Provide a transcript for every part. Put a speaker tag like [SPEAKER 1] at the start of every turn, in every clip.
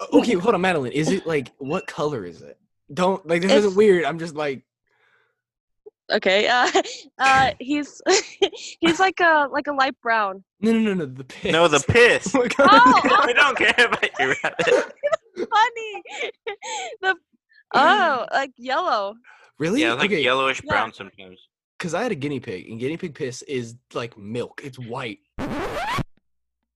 [SPEAKER 1] Uh, Okay, hold on, Madeline. Is it like what color is it? Don't like this
[SPEAKER 2] It's-
[SPEAKER 1] isn't weird. I'm just like
[SPEAKER 2] Okay. Uh, uh, he's he's like a like a light brown.
[SPEAKER 1] no, no, no, no. The piss.
[SPEAKER 3] No, the piss.
[SPEAKER 1] What color-
[SPEAKER 4] Ah!
[SPEAKER 2] Oh,
[SPEAKER 3] we don't care about you, rabbit.
[SPEAKER 2] funny. the oh, like yellow.
[SPEAKER 1] really?
[SPEAKER 3] Yeah, it's like
[SPEAKER 1] okay,
[SPEAKER 3] yellowish
[SPEAKER 2] Yeah.
[SPEAKER 3] brown sometimes.
[SPEAKER 1] Because I had a guinea pig, and guinea pig piss is like milk. It's white.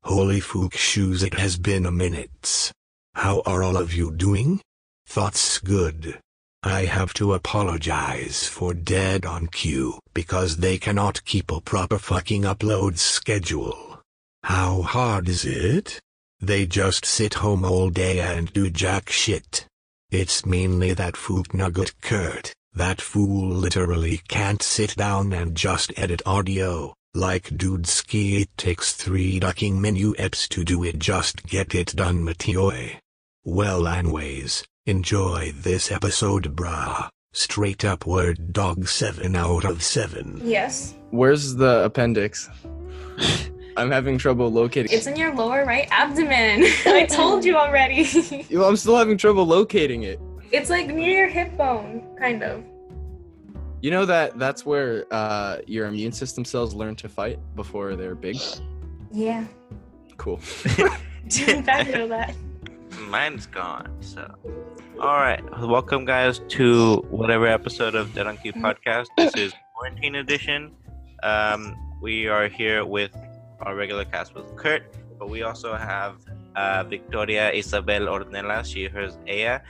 [SPEAKER 5] Holy fook shoes, it has been a minute. How are all of you doing? Thoughts good. I have to apologize for Dead on Cue because they cannot keep a proper fucking upload schedule. How hard is it? They just sit home all day and do jack shit. It's mainly that fook nugget Kurt. That fool literally can't sit down and just edit audio. Like dude ski it takes three ducking menu eps to do it just get it done Matioy. Well anyways, enjoy this episode brah. Straight up word dog 7 out of 7.
[SPEAKER 4] Yes.
[SPEAKER 6] Where's the appendix? I'm having trouble locating.
[SPEAKER 4] It's in your lower right abdomen. I told you already.
[SPEAKER 6] Yo, I'm still having trouble locating it.
[SPEAKER 4] it's like near your hip bone, kind of.
[SPEAKER 6] You know that that's where uh, your immune system cells learn to fight before they're big.
[SPEAKER 4] Yeah.
[SPEAKER 6] Cool.
[SPEAKER 4] In fact, know that.
[SPEAKER 3] Mine's gone. So, all right, welcome guys to whatever episode of Dead on Cue podcast. This is quarantine edition. Um, we are here with our regular cast with Kurt, but we also have uh, Victoria Isabel Ornelas. She hers Aya.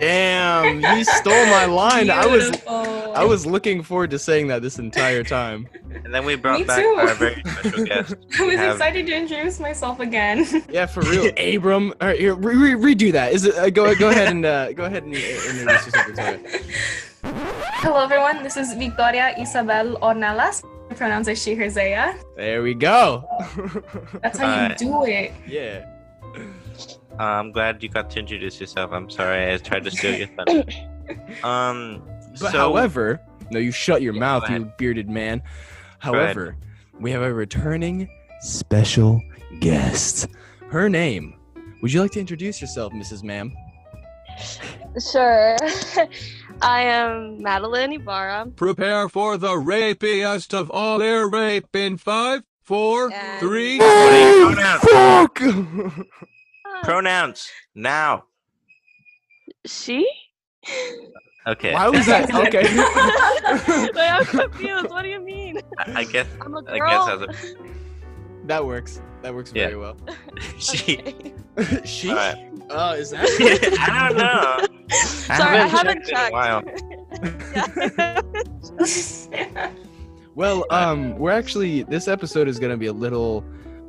[SPEAKER 6] Damn, you stole my line. I was
[SPEAKER 4] Beautiful.
[SPEAKER 6] I was looking forward to saying that this entire time.
[SPEAKER 3] and then we brought
[SPEAKER 4] Me
[SPEAKER 3] back
[SPEAKER 4] too.
[SPEAKER 3] our very special guest.
[SPEAKER 4] I was
[SPEAKER 3] have-
[SPEAKER 4] excited to introduce myself again.
[SPEAKER 6] Yeah, for real, Abram. All right, here, re- re- redo that. Is it? Uh, go go ahead and uh, go ahead and, and introduce yourself. Victoria.
[SPEAKER 4] Hello, everyone. This is Victoria Isabel Ornelas. I pronounce it she, her, Zaya.
[SPEAKER 6] There we go.
[SPEAKER 4] That's how you
[SPEAKER 3] Alright.
[SPEAKER 4] do it.
[SPEAKER 6] yeah.
[SPEAKER 3] Uh, I'm glad you got to introduce yourself. I'm sorry I tried to steal your thunder. Um,
[SPEAKER 6] But
[SPEAKER 3] so
[SPEAKER 6] however, no, you shut your
[SPEAKER 3] Yeah,
[SPEAKER 6] mouth,
[SPEAKER 3] go
[SPEAKER 6] you bearded man.
[SPEAKER 3] ahead.
[SPEAKER 6] However, we have a returning special guest. Her name. Would you like to introduce yourself, Mrs. Ma'am?
[SPEAKER 2] Sure. I am Madeline Ibarra.
[SPEAKER 7] Prepare for the rapiest of all air rape in five, four,
[SPEAKER 2] And- uh,
[SPEAKER 7] three.
[SPEAKER 3] pronouns,
[SPEAKER 6] Fuck!
[SPEAKER 3] pronouns now.
[SPEAKER 2] She?
[SPEAKER 3] Okay.
[SPEAKER 6] Why was that? Okay.
[SPEAKER 2] Wait, I'm confused. What do you mean?
[SPEAKER 3] I I guess
[SPEAKER 2] I'm a
[SPEAKER 3] I
[SPEAKER 2] girl.
[SPEAKER 3] guess as
[SPEAKER 6] that works. That works
[SPEAKER 3] Yeah.
[SPEAKER 6] very well.
[SPEAKER 3] a she.
[SPEAKER 6] she?
[SPEAKER 3] All
[SPEAKER 6] Oh,
[SPEAKER 3] right.
[SPEAKER 6] is that?
[SPEAKER 3] I don't know.
[SPEAKER 2] Sorry, I haven't
[SPEAKER 3] in a while.
[SPEAKER 2] checked. Yeah.
[SPEAKER 6] Well, um, we're actually this episode is gonna be a little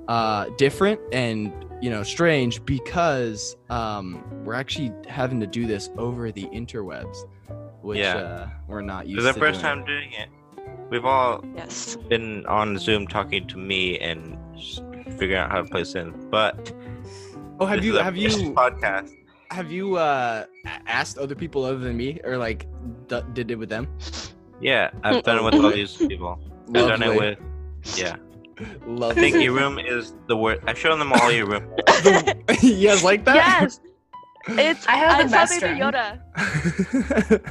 [SPEAKER 6] uh, different and you know strange because um, we're actually having to do this over the interwebs, which
[SPEAKER 3] Yeah.
[SPEAKER 6] uh, we're not used.
[SPEAKER 3] This is the
[SPEAKER 6] to
[SPEAKER 3] first
[SPEAKER 6] doing.
[SPEAKER 3] time doing it. We've all
[SPEAKER 2] yes.
[SPEAKER 3] been on Zoom talking to me and s- figuring out how to play Sims, but
[SPEAKER 6] Oh, have
[SPEAKER 3] this
[SPEAKER 6] you
[SPEAKER 3] is our
[SPEAKER 6] have
[SPEAKER 3] first
[SPEAKER 6] you
[SPEAKER 3] podcast?
[SPEAKER 6] have you uh, a- asked other people other than me or like d- did it with them?
[SPEAKER 3] Yeah, I've done it with all these people. I've done it with. Yeah, I
[SPEAKER 6] Lovely.
[SPEAKER 3] think your room is the worst. I've shown them all your room.
[SPEAKER 6] The- you guys like that?
[SPEAKER 2] Yes. It's
[SPEAKER 4] I have the
[SPEAKER 2] it's
[SPEAKER 4] best
[SPEAKER 2] Baby
[SPEAKER 4] room.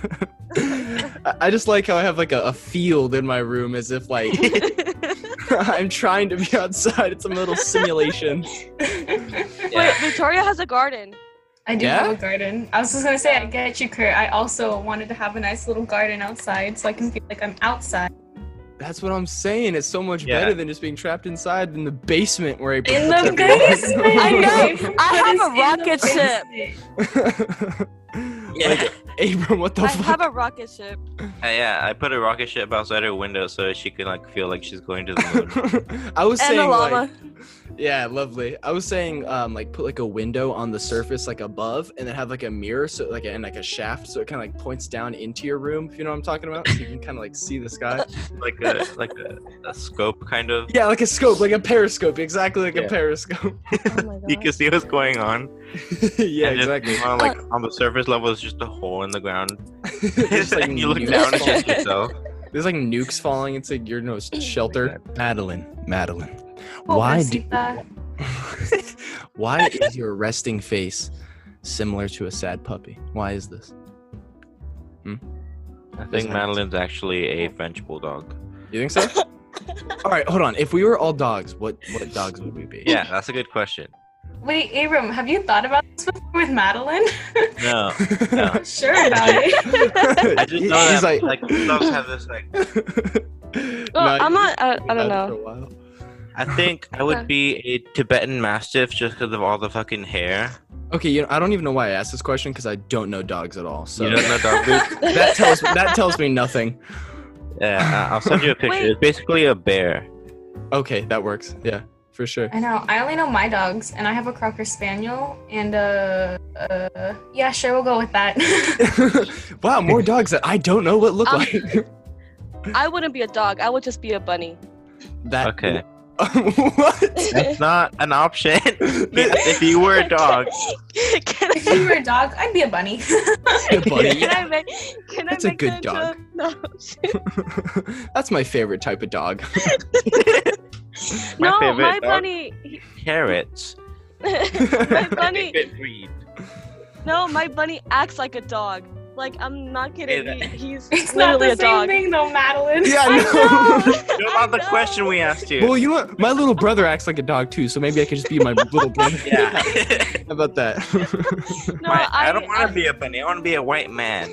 [SPEAKER 2] Yoda.
[SPEAKER 6] I I just like how I have like a, a field in my room as if like I'm trying to be outside. It's a little simulation.
[SPEAKER 2] Wait, Victoria has a garden.
[SPEAKER 4] I do
[SPEAKER 6] Yeah?
[SPEAKER 4] have a garden. I was just gonna say, I get you, Kurt. I also wanted to have a nice little garden outside so I can feel like I'm outside.
[SPEAKER 6] That's what I'm saying. It's so much
[SPEAKER 3] Yeah.
[SPEAKER 6] better than just being trapped inside in the basement where I
[SPEAKER 4] In the basement.
[SPEAKER 2] I know. I
[SPEAKER 4] What
[SPEAKER 2] have
[SPEAKER 4] is
[SPEAKER 2] a
[SPEAKER 4] in the
[SPEAKER 2] rocket ship.
[SPEAKER 3] Yeah.
[SPEAKER 4] basement?
[SPEAKER 6] Like, Abram, what the
[SPEAKER 2] I
[SPEAKER 6] fuck?
[SPEAKER 2] have a rocket ship.
[SPEAKER 3] Uh, yeah, I put a rocket ship outside her window so she could like feel like she's going to the moon.
[SPEAKER 6] I was
[SPEAKER 2] And
[SPEAKER 6] saying
[SPEAKER 2] a llama.
[SPEAKER 6] like, yeah, lovely. I was saying um like put like a window on the surface like above, and then have like a mirror so like and like a shaft so it kind of like points down into your room. If you know what I'm talking about, so you can kind of like see the sky.
[SPEAKER 3] like a like a, a scope kind of.
[SPEAKER 6] Yeah, like a scope, like a periscope, exactly like
[SPEAKER 3] Yeah.
[SPEAKER 6] a periscope.
[SPEAKER 4] Oh
[SPEAKER 3] You can see what's going on.
[SPEAKER 6] yeah,
[SPEAKER 3] and just,
[SPEAKER 6] exactly.
[SPEAKER 3] uh, like on the surface level, it's just a hole in the ground.
[SPEAKER 6] Just, like,
[SPEAKER 3] and you look
[SPEAKER 6] nukes
[SPEAKER 3] down at
[SPEAKER 6] falling-
[SPEAKER 3] just yourself.
[SPEAKER 6] There's like nukes falling into your no shelter. Madeline, Madeline,
[SPEAKER 4] Oh,
[SPEAKER 6] why do
[SPEAKER 4] Rosita.
[SPEAKER 6] why is your resting face similar to a sad puppy. Why is this?
[SPEAKER 3] I think Madeline's actually a French bulldog.
[SPEAKER 6] You think so? all right, hold on. If we were all dogs, what what dogs would we be?
[SPEAKER 3] Yeah, that's a good question.
[SPEAKER 4] Wait, Abram, have you thought about this before with Madeline?
[SPEAKER 3] No,
[SPEAKER 4] I'm not sure about it.
[SPEAKER 3] I just know
[SPEAKER 6] He's
[SPEAKER 3] that like,
[SPEAKER 6] like-
[SPEAKER 3] dogs have this like.
[SPEAKER 2] Well, I'm not. I, I don't
[SPEAKER 6] For
[SPEAKER 2] know.
[SPEAKER 6] a while.
[SPEAKER 3] I think I would
[SPEAKER 2] Okay.
[SPEAKER 3] be a Tibetan Mastiff just because of all the fucking hair.
[SPEAKER 6] Okay, you know, I don't even know why I asked this question because I don't know dogs at all. So
[SPEAKER 3] You don't know dog food?
[SPEAKER 6] that tells that tells me nothing.
[SPEAKER 3] Yeah, I- I'll send you a picture.
[SPEAKER 2] Wait.
[SPEAKER 3] It's basically a bear.
[SPEAKER 6] Okay, that works. Yeah, for sure.
[SPEAKER 4] I know. I only know my dogs, and I have a Crocker Spaniel, and uh, uh, yeah, sure, we'll go with that.
[SPEAKER 6] wow, more dogs that I don't know what look
[SPEAKER 2] Um,
[SPEAKER 6] like.
[SPEAKER 2] I wouldn't be a dog. I would just be a bunny.
[SPEAKER 6] That
[SPEAKER 3] Okay.
[SPEAKER 6] what?
[SPEAKER 3] That's not an option. if you were a dog,
[SPEAKER 2] can
[SPEAKER 4] if
[SPEAKER 2] I,
[SPEAKER 4] you were a dog, I'd be a bunny.
[SPEAKER 6] Buddy,
[SPEAKER 2] can I make? Can
[SPEAKER 6] That's
[SPEAKER 2] I
[SPEAKER 6] a
[SPEAKER 2] make
[SPEAKER 6] good
[SPEAKER 2] that into
[SPEAKER 6] dog.
[SPEAKER 2] no.
[SPEAKER 6] That's my favorite type of dog.
[SPEAKER 3] My
[SPEAKER 2] no,
[SPEAKER 3] favorite
[SPEAKER 2] my
[SPEAKER 3] dog.
[SPEAKER 2] bunny.
[SPEAKER 3] carrots.
[SPEAKER 2] my bunny.
[SPEAKER 3] Good breed.
[SPEAKER 2] No, my bunny acts like a dog. Like I'm not kidding. He, he's
[SPEAKER 4] It's not
[SPEAKER 2] literally
[SPEAKER 4] the
[SPEAKER 2] a dog.
[SPEAKER 4] same thing, though, Madeline.
[SPEAKER 6] yeah,
[SPEAKER 2] I
[SPEAKER 6] no.
[SPEAKER 2] know.
[SPEAKER 3] What
[SPEAKER 2] I
[SPEAKER 3] about the
[SPEAKER 2] know.
[SPEAKER 3] question we asked you?
[SPEAKER 6] well, you know what? My little brother acts like a dog too, so maybe I could just be my little brother.
[SPEAKER 3] yeah.
[SPEAKER 6] How about that?
[SPEAKER 2] No,
[SPEAKER 3] My- I,
[SPEAKER 2] I,
[SPEAKER 3] don't want to be a bunny. I want to be a white man.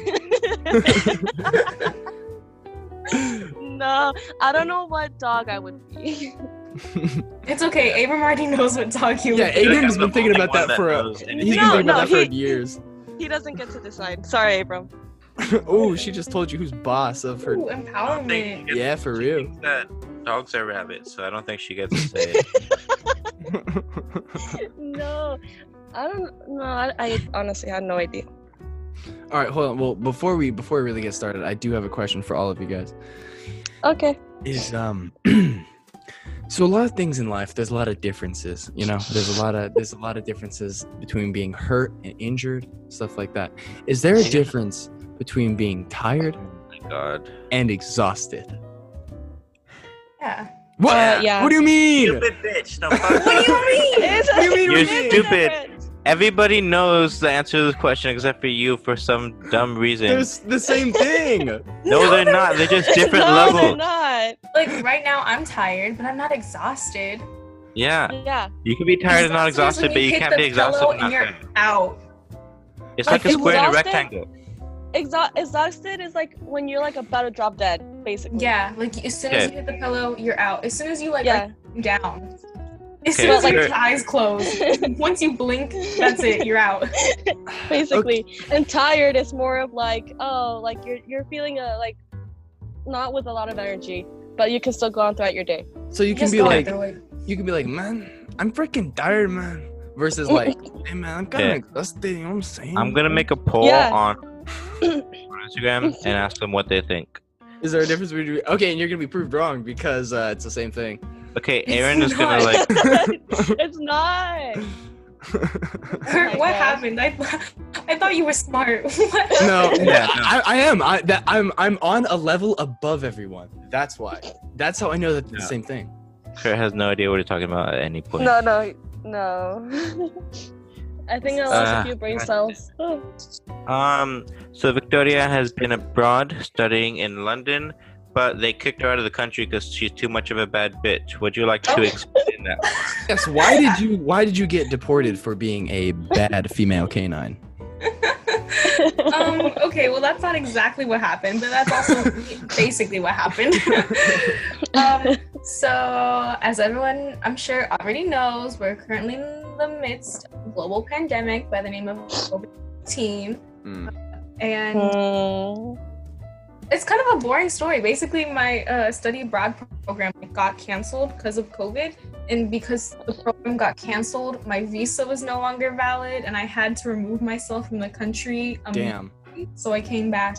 [SPEAKER 2] No, I don't know what dog I would be.
[SPEAKER 4] It's okay. Abram already knows what dog you
[SPEAKER 6] yeah,
[SPEAKER 4] would be.
[SPEAKER 6] Adrian's
[SPEAKER 3] I'm the
[SPEAKER 6] been thinking
[SPEAKER 3] only
[SPEAKER 6] about
[SPEAKER 3] one
[SPEAKER 6] that for a.
[SPEAKER 3] knows
[SPEAKER 6] He's
[SPEAKER 3] anything
[SPEAKER 6] been
[SPEAKER 2] No,
[SPEAKER 6] thinking about
[SPEAKER 2] no,
[SPEAKER 6] that for
[SPEAKER 2] he-
[SPEAKER 6] years.
[SPEAKER 2] He doesn't get to decide. Sorry, Abram.
[SPEAKER 6] oh, she just told you who's boss of her.
[SPEAKER 4] Ooh,
[SPEAKER 3] I don't think she
[SPEAKER 4] empowerment.
[SPEAKER 3] gets-
[SPEAKER 6] Yeah, for
[SPEAKER 3] she
[SPEAKER 6] real.
[SPEAKER 3] thinks that dogs are rabbits, so I don't think she gets to say it.
[SPEAKER 2] No, I don't. No, I, I honestly had no idea.
[SPEAKER 6] all right, hold on. Well, before we before we really get started, I do have a question for all of you guys.
[SPEAKER 2] Okay.
[SPEAKER 6] is um so a lot of things in life there's a lot of differences you know there's a lot of there's a lot of differences between being hurt and injured stuff like that is there a difference between being tired
[SPEAKER 3] Thank God.
[SPEAKER 6] and exhausted
[SPEAKER 4] Yeah.
[SPEAKER 6] what
[SPEAKER 3] Uh,
[SPEAKER 2] yeah.
[SPEAKER 6] what do you mean
[SPEAKER 3] Stupid bitch. No,
[SPEAKER 4] What do you mean?
[SPEAKER 2] What do
[SPEAKER 3] mean You're stupid. Everybody knows the answer to this question except for you for some dumb reason.
[SPEAKER 6] there's the same thing
[SPEAKER 3] No, they're not. They're just different
[SPEAKER 2] no,
[SPEAKER 3] levels.
[SPEAKER 2] They're not.
[SPEAKER 4] Like right now, I'm tired, but I'm not exhausted.
[SPEAKER 3] Yeah,
[SPEAKER 2] Yeah.
[SPEAKER 3] you can be tired and not exhausted,
[SPEAKER 4] Exhausted is
[SPEAKER 3] but
[SPEAKER 4] when
[SPEAKER 3] you
[SPEAKER 4] hit
[SPEAKER 3] can't
[SPEAKER 4] the
[SPEAKER 3] be exhausted
[SPEAKER 4] pillow
[SPEAKER 3] and not
[SPEAKER 4] and you're
[SPEAKER 3] tired.
[SPEAKER 4] out.
[SPEAKER 3] It's
[SPEAKER 2] Like,
[SPEAKER 3] like a square and a
[SPEAKER 2] exhausted?
[SPEAKER 3] rectangle.
[SPEAKER 2] Exha- exhausted is like when you're like about to drop dead, basically.
[SPEAKER 4] Yeah, like as soon as
[SPEAKER 3] Okay.
[SPEAKER 4] you hit the pillow, you're out. As soon as you like,
[SPEAKER 2] Yeah.
[SPEAKER 4] like down. As
[SPEAKER 3] Okay,
[SPEAKER 4] soon as
[SPEAKER 2] so
[SPEAKER 4] your
[SPEAKER 3] you're-
[SPEAKER 4] eyes close, once you blink, that's it. You're out.
[SPEAKER 2] basically. And tired is more of like, oh, like you're you're feeling a like not with a lot of energy, but you can still go on throughout your day.
[SPEAKER 6] so you can
[SPEAKER 4] Just
[SPEAKER 6] be
[SPEAKER 4] go out
[SPEAKER 6] like
[SPEAKER 4] there, like
[SPEAKER 6] you can be like man i'm freaking tired man versus like hey man i'm kind of
[SPEAKER 3] Yeah.
[SPEAKER 6] exhausted you know what i'm saying
[SPEAKER 3] I'm gonna make a poll
[SPEAKER 2] Yeah.
[SPEAKER 3] on on Instagram and ask them what they think.
[SPEAKER 6] is there a difference between okay and you're gonna be proved wrong because uh, it's the same thing
[SPEAKER 3] Okay,
[SPEAKER 4] It's
[SPEAKER 3] Aaron is gonna
[SPEAKER 4] not.
[SPEAKER 3] like.
[SPEAKER 2] it's not.
[SPEAKER 4] Kurt,
[SPEAKER 2] Oh my
[SPEAKER 4] what
[SPEAKER 2] God.
[SPEAKER 4] happened? I, I thought you were smart. What?
[SPEAKER 6] no,
[SPEAKER 3] Yeah, no.
[SPEAKER 6] I, I am. I that I'm I'm on a level above everyone. That's why. That's how I know that it's
[SPEAKER 3] Yeah.
[SPEAKER 6] the same thing.
[SPEAKER 3] Kurt has no idea what you're talking about at any point.
[SPEAKER 2] No, no, no. I think I lost
[SPEAKER 3] Ah,
[SPEAKER 2] a few brain
[SPEAKER 3] God.
[SPEAKER 2] cells. Oh.
[SPEAKER 3] Um, so Victoria has been abroad studying in London, but they kicked her out of the country because she's too much of a bad bitch. Would you like to
[SPEAKER 4] Oh.
[SPEAKER 3] explain that?
[SPEAKER 6] Yes. Why did you Why did you get deported for being a bad female canine?
[SPEAKER 4] um, okay, well, that's not exactly what happened, but that's also basically what happened. um, so, as everyone I'm sure already knows, we're currently in the midst of a global pandemic by the name of COVID 19.
[SPEAKER 6] Mm.
[SPEAKER 4] And
[SPEAKER 2] Hmm.
[SPEAKER 4] it's kind of a boring story. Basically, my uh, study abroad program got canceled because of COVID, and because the program got canceled, my visa was no longer valid, and I had to remove myself from the country. Um,
[SPEAKER 6] Damn.
[SPEAKER 4] So I came back,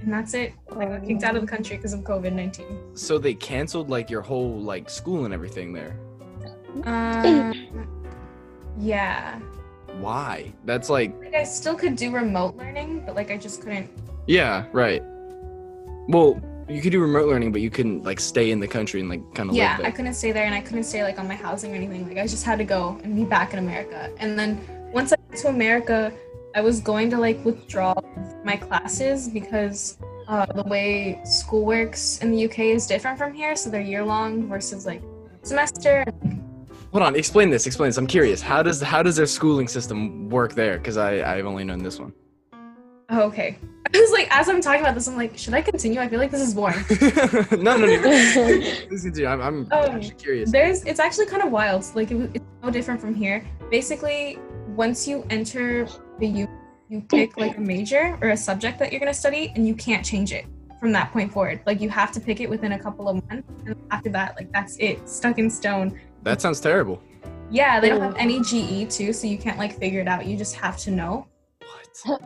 [SPEAKER 4] and that's it. I got kicked out of the country because of COVID nineteen.
[SPEAKER 6] So they canceled like your whole like school and everything there.
[SPEAKER 4] Um, yeah,
[SPEAKER 6] Why? That's like.
[SPEAKER 4] like I still could do remote learning, but like I just couldn't.
[SPEAKER 6] Yeah. Right. Well, you could do remote learning, but you couldn't like stay in the country and like kind of
[SPEAKER 4] yeah
[SPEAKER 6] live
[SPEAKER 4] i
[SPEAKER 6] there.
[SPEAKER 4] couldn't stay there and i couldn't stay like on my housing or anything like i just had to go and be back in america and then once I got to America, I was going to like withdraw my classes because uh, the way school works in the UK is different from here. So they're year long versus like semester.
[SPEAKER 6] Hold on, explain this. Explain this. I'm curious. How does how does their schooling system work there? Because I I've only known this one.
[SPEAKER 4] Oh, okay. I was like, as I'm talking about this, I'm like, should I continue? I feel like this is boring.
[SPEAKER 6] no, no, no. Please continue. I'm, I'm
[SPEAKER 4] Oh.
[SPEAKER 6] actually curious.
[SPEAKER 4] There's, it's actually kind of wild. Like it, it's no different from here. Basically, once you enter the U, you pick like a major or a subject that you're gonna study, and you can't change it from that point forward. Like you have to pick it within a couple of months, and after that, like that's it, stuck in stone.
[SPEAKER 6] That sounds terrible.
[SPEAKER 4] Yeah, they don't have any GE too, so you can't like figure it out. You just have to know.
[SPEAKER 6] What?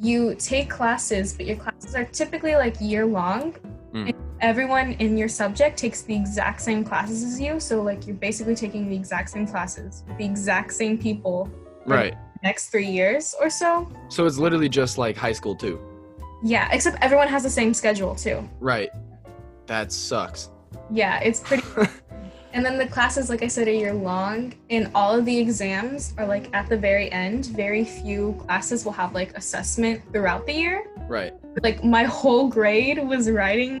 [SPEAKER 4] you take classes, but your classes are typically like year long.
[SPEAKER 6] Mm.
[SPEAKER 4] And everyone in your subject takes the exact same classes as you, so like you're basically taking the exact same classes, with the exact same people
[SPEAKER 6] Right.
[SPEAKER 4] next 3 years or so.
[SPEAKER 6] So it's literally just like high school too.
[SPEAKER 4] Yeah, except everyone has the same schedule too.
[SPEAKER 6] Right. That sucks.
[SPEAKER 4] Yeah, it's pretty And then the classes like I said are year long and all of the exams are like at the very end. Very few classes will have like assessment throughout the year.
[SPEAKER 6] Right.
[SPEAKER 4] like my whole grade was writing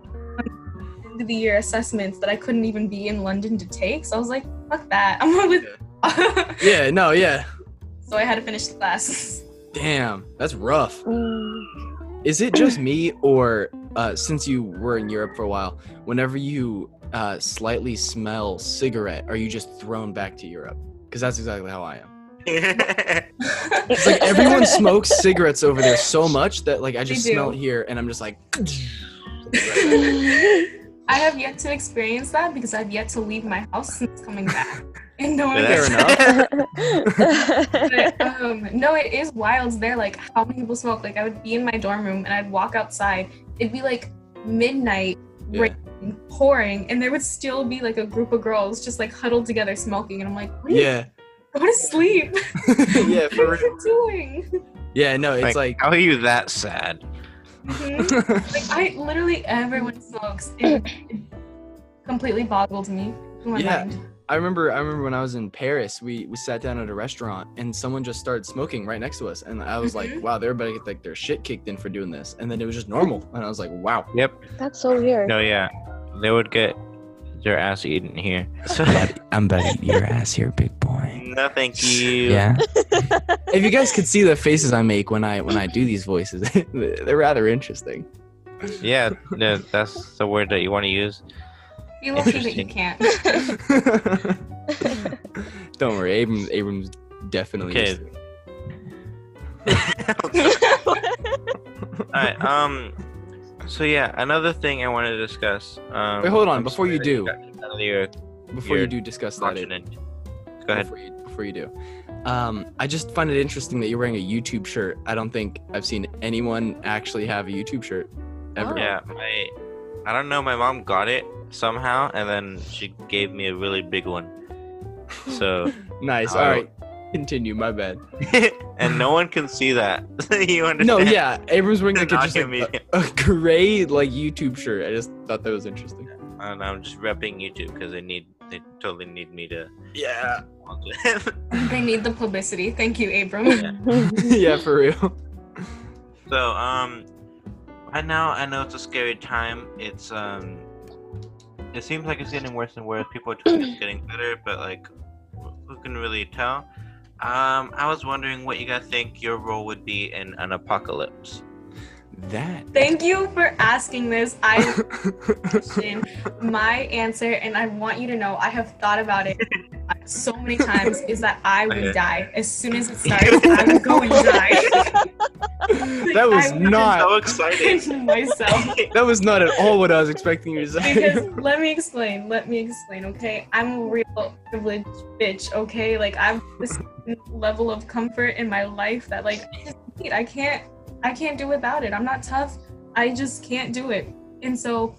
[SPEAKER 4] end of the year assessments that I couldn't even be in London to take. So I was like, fuck that. I'm going with
[SPEAKER 6] Yeah. No. Yeah.
[SPEAKER 4] So I had to finish the class.
[SPEAKER 6] Damn. That's rough.
[SPEAKER 2] Mm.
[SPEAKER 6] Is it just me, or uh, since you were in Europe for a while, whenever you uh, slightly smell cigarette, are you just thrown back to Europe? Because that's exactly how I am. It's like everyone smokes cigarettes over there so much that like I
[SPEAKER 4] They
[SPEAKER 6] just
[SPEAKER 4] do.
[SPEAKER 6] smell it here, and I'm just like,
[SPEAKER 4] I have yet to experience that because I've yet to leave my house since coming back. And no one
[SPEAKER 3] Yeah,
[SPEAKER 6] fair
[SPEAKER 4] gets
[SPEAKER 6] enough.
[SPEAKER 4] it. Um, no, it is wild there. Like how many people smoke? Like I would be in my dorm room and I'd walk outside. It'd be like midnight,
[SPEAKER 6] Yeah.
[SPEAKER 4] raining, pouring, and there would still be like a group of girls just like huddled together smoking. And I'm like, what are you
[SPEAKER 6] Yeah.
[SPEAKER 4] Go to sleep.
[SPEAKER 6] yeah.
[SPEAKER 4] what
[SPEAKER 6] For
[SPEAKER 4] are
[SPEAKER 6] real.
[SPEAKER 4] you doing?
[SPEAKER 6] Yeah. No. It's like.
[SPEAKER 3] how are you that sad?
[SPEAKER 4] Mhm. like I literally everyone smokes. It, it completely boggled me. in my
[SPEAKER 6] Yeah.
[SPEAKER 4] mind.
[SPEAKER 6] I remember I remember when I was in Paris, we we sat down at a restaurant and someone just started smoking right next to us and I was
[SPEAKER 4] Mhm.
[SPEAKER 6] like, wow, they're about to get like their shit kicked in for doing this. And then it was just normal and I was like, wow.
[SPEAKER 2] That's so weird.
[SPEAKER 3] No, yeah, they would get their ass eaten here. So,
[SPEAKER 6] I'm about to eat your ass here, big boy.
[SPEAKER 3] no, thank you.
[SPEAKER 6] Yeah. if you guys could see the faces I make when I when I do these voices, they're rather interesting.
[SPEAKER 3] yeah, no, that's the word that you want to use.
[SPEAKER 4] Be lucky that you
[SPEAKER 3] Interesting.
[SPEAKER 4] can't.
[SPEAKER 6] Don't worry, Abram Abram's definitely
[SPEAKER 3] Okay.
[SPEAKER 6] just-
[SPEAKER 3] All right. Um. So yeah, another thing I want to discuss. Um,
[SPEAKER 6] Wait, hold on,
[SPEAKER 3] I'm
[SPEAKER 6] before you
[SPEAKER 3] sorry
[SPEAKER 6] do.
[SPEAKER 3] that got out of your
[SPEAKER 6] before you
[SPEAKER 3] Weird.
[SPEAKER 6] do discuss that. Abram.
[SPEAKER 3] continent. Go ahead.
[SPEAKER 6] Before you, before you do, um, I just find it interesting that you're wearing a YouTube shirt. I don't think I've seen anyone actually have a YouTube shirt ever.
[SPEAKER 3] Yeah, my. I don't know. My mom got it somehow, and then she gave me a really big one. So,
[SPEAKER 6] Nice.
[SPEAKER 3] Oh.
[SPEAKER 6] All right. Continue. My bad.
[SPEAKER 3] and no one can see that. you understand?
[SPEAKER 6] No, yeah. Abram's wearing
[SPEAKER 3] They're
[SPEAKER 6] like a,
[SPEAKER 3] not
[SPEAKER 6] just like, uh
[SPEAKER 3] gonna be-
[SPEAKER 6] a, a gray like YouTube shirt. I just thought that was interesting.
[SPEAKER 3] And I'm just repping YouTube because they need. They totally need me to.
[SPEAKER 6] Yeah.
[SPEAKER 4] they need the publicity. Thank you, Abram.
[SPEAKER 3] Yeah.
[SPEAKER 6] yeah, for real.
[SPEAKER 3] So, um, right now I know it's a scary time. It's um, it seems like it's getting worse and worse. People are telling us it's getting better, but like, who can really tell? Um, I was wondering what you guys think your role would be in an apocalypse.
[SPEAKER 6] That.
[SPEAKER 4] Thank you for asking this. I question my answer, and I want you to know I have thought about it so many times. Is that I
[SPEAKER 3] Okay.
[SPEAKER 4] would die as soon as it starts. I'm going to die.
[SPEAKER 6] that was
[SPEAKER 4] I'm not
[SPEAKER 6] not.
[SPEAKER 3] excited!
[SPEAKER 4] myself.
[SPEAKER 6] That was not at all what I was expecting you to say.
[SPEAKER 4] because let me explain let me explain okay i'm a real privileged bitch okay like i've this level of comfort in my life that like i just need i can't i can't do without it i'm not tough i just can't do it and so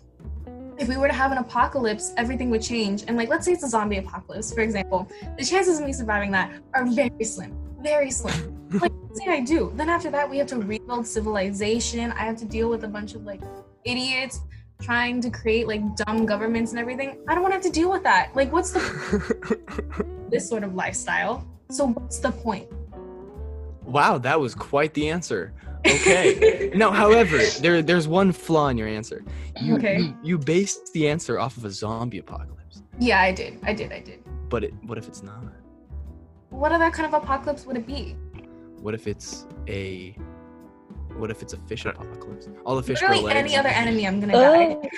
[SPEAKER 4] if we were to have an apocalypse everything would change and like let's say it's a zombie apocalypse for example the chances of me surviving that are very slim very slim like say i do then after that we have to rebuild civilization i have to deal with a bunch of like idiots trying to create like dumb governments and everything. I don't want to have to deal with that. Like, what's the this sort of lifestyle? So what's the point?
[SPEAKER 6] Wow, that was quite the answer. Okay. no, however, there there's one flaw in your answer. You,
[SPEAKER 4] Okay.
[SPEAKER 6] you you based the answer off of a zombie apocalypse.
[SPEAKER 4] yeah, I did. I did. I did.
[SPEAKER 6] But it, what if it's not?
[SPEAKER 4] What other kind of apocalypse would it be?
[SPEAKER 6] What if it's a what if it's a fish apocalypse? All the fish
[SPEAKER 4] Literally
[SPEAKER 6] grow legs.
[SPEAKER 4] any other enemy, I'm gonna
[SPEAKER 2] Oh,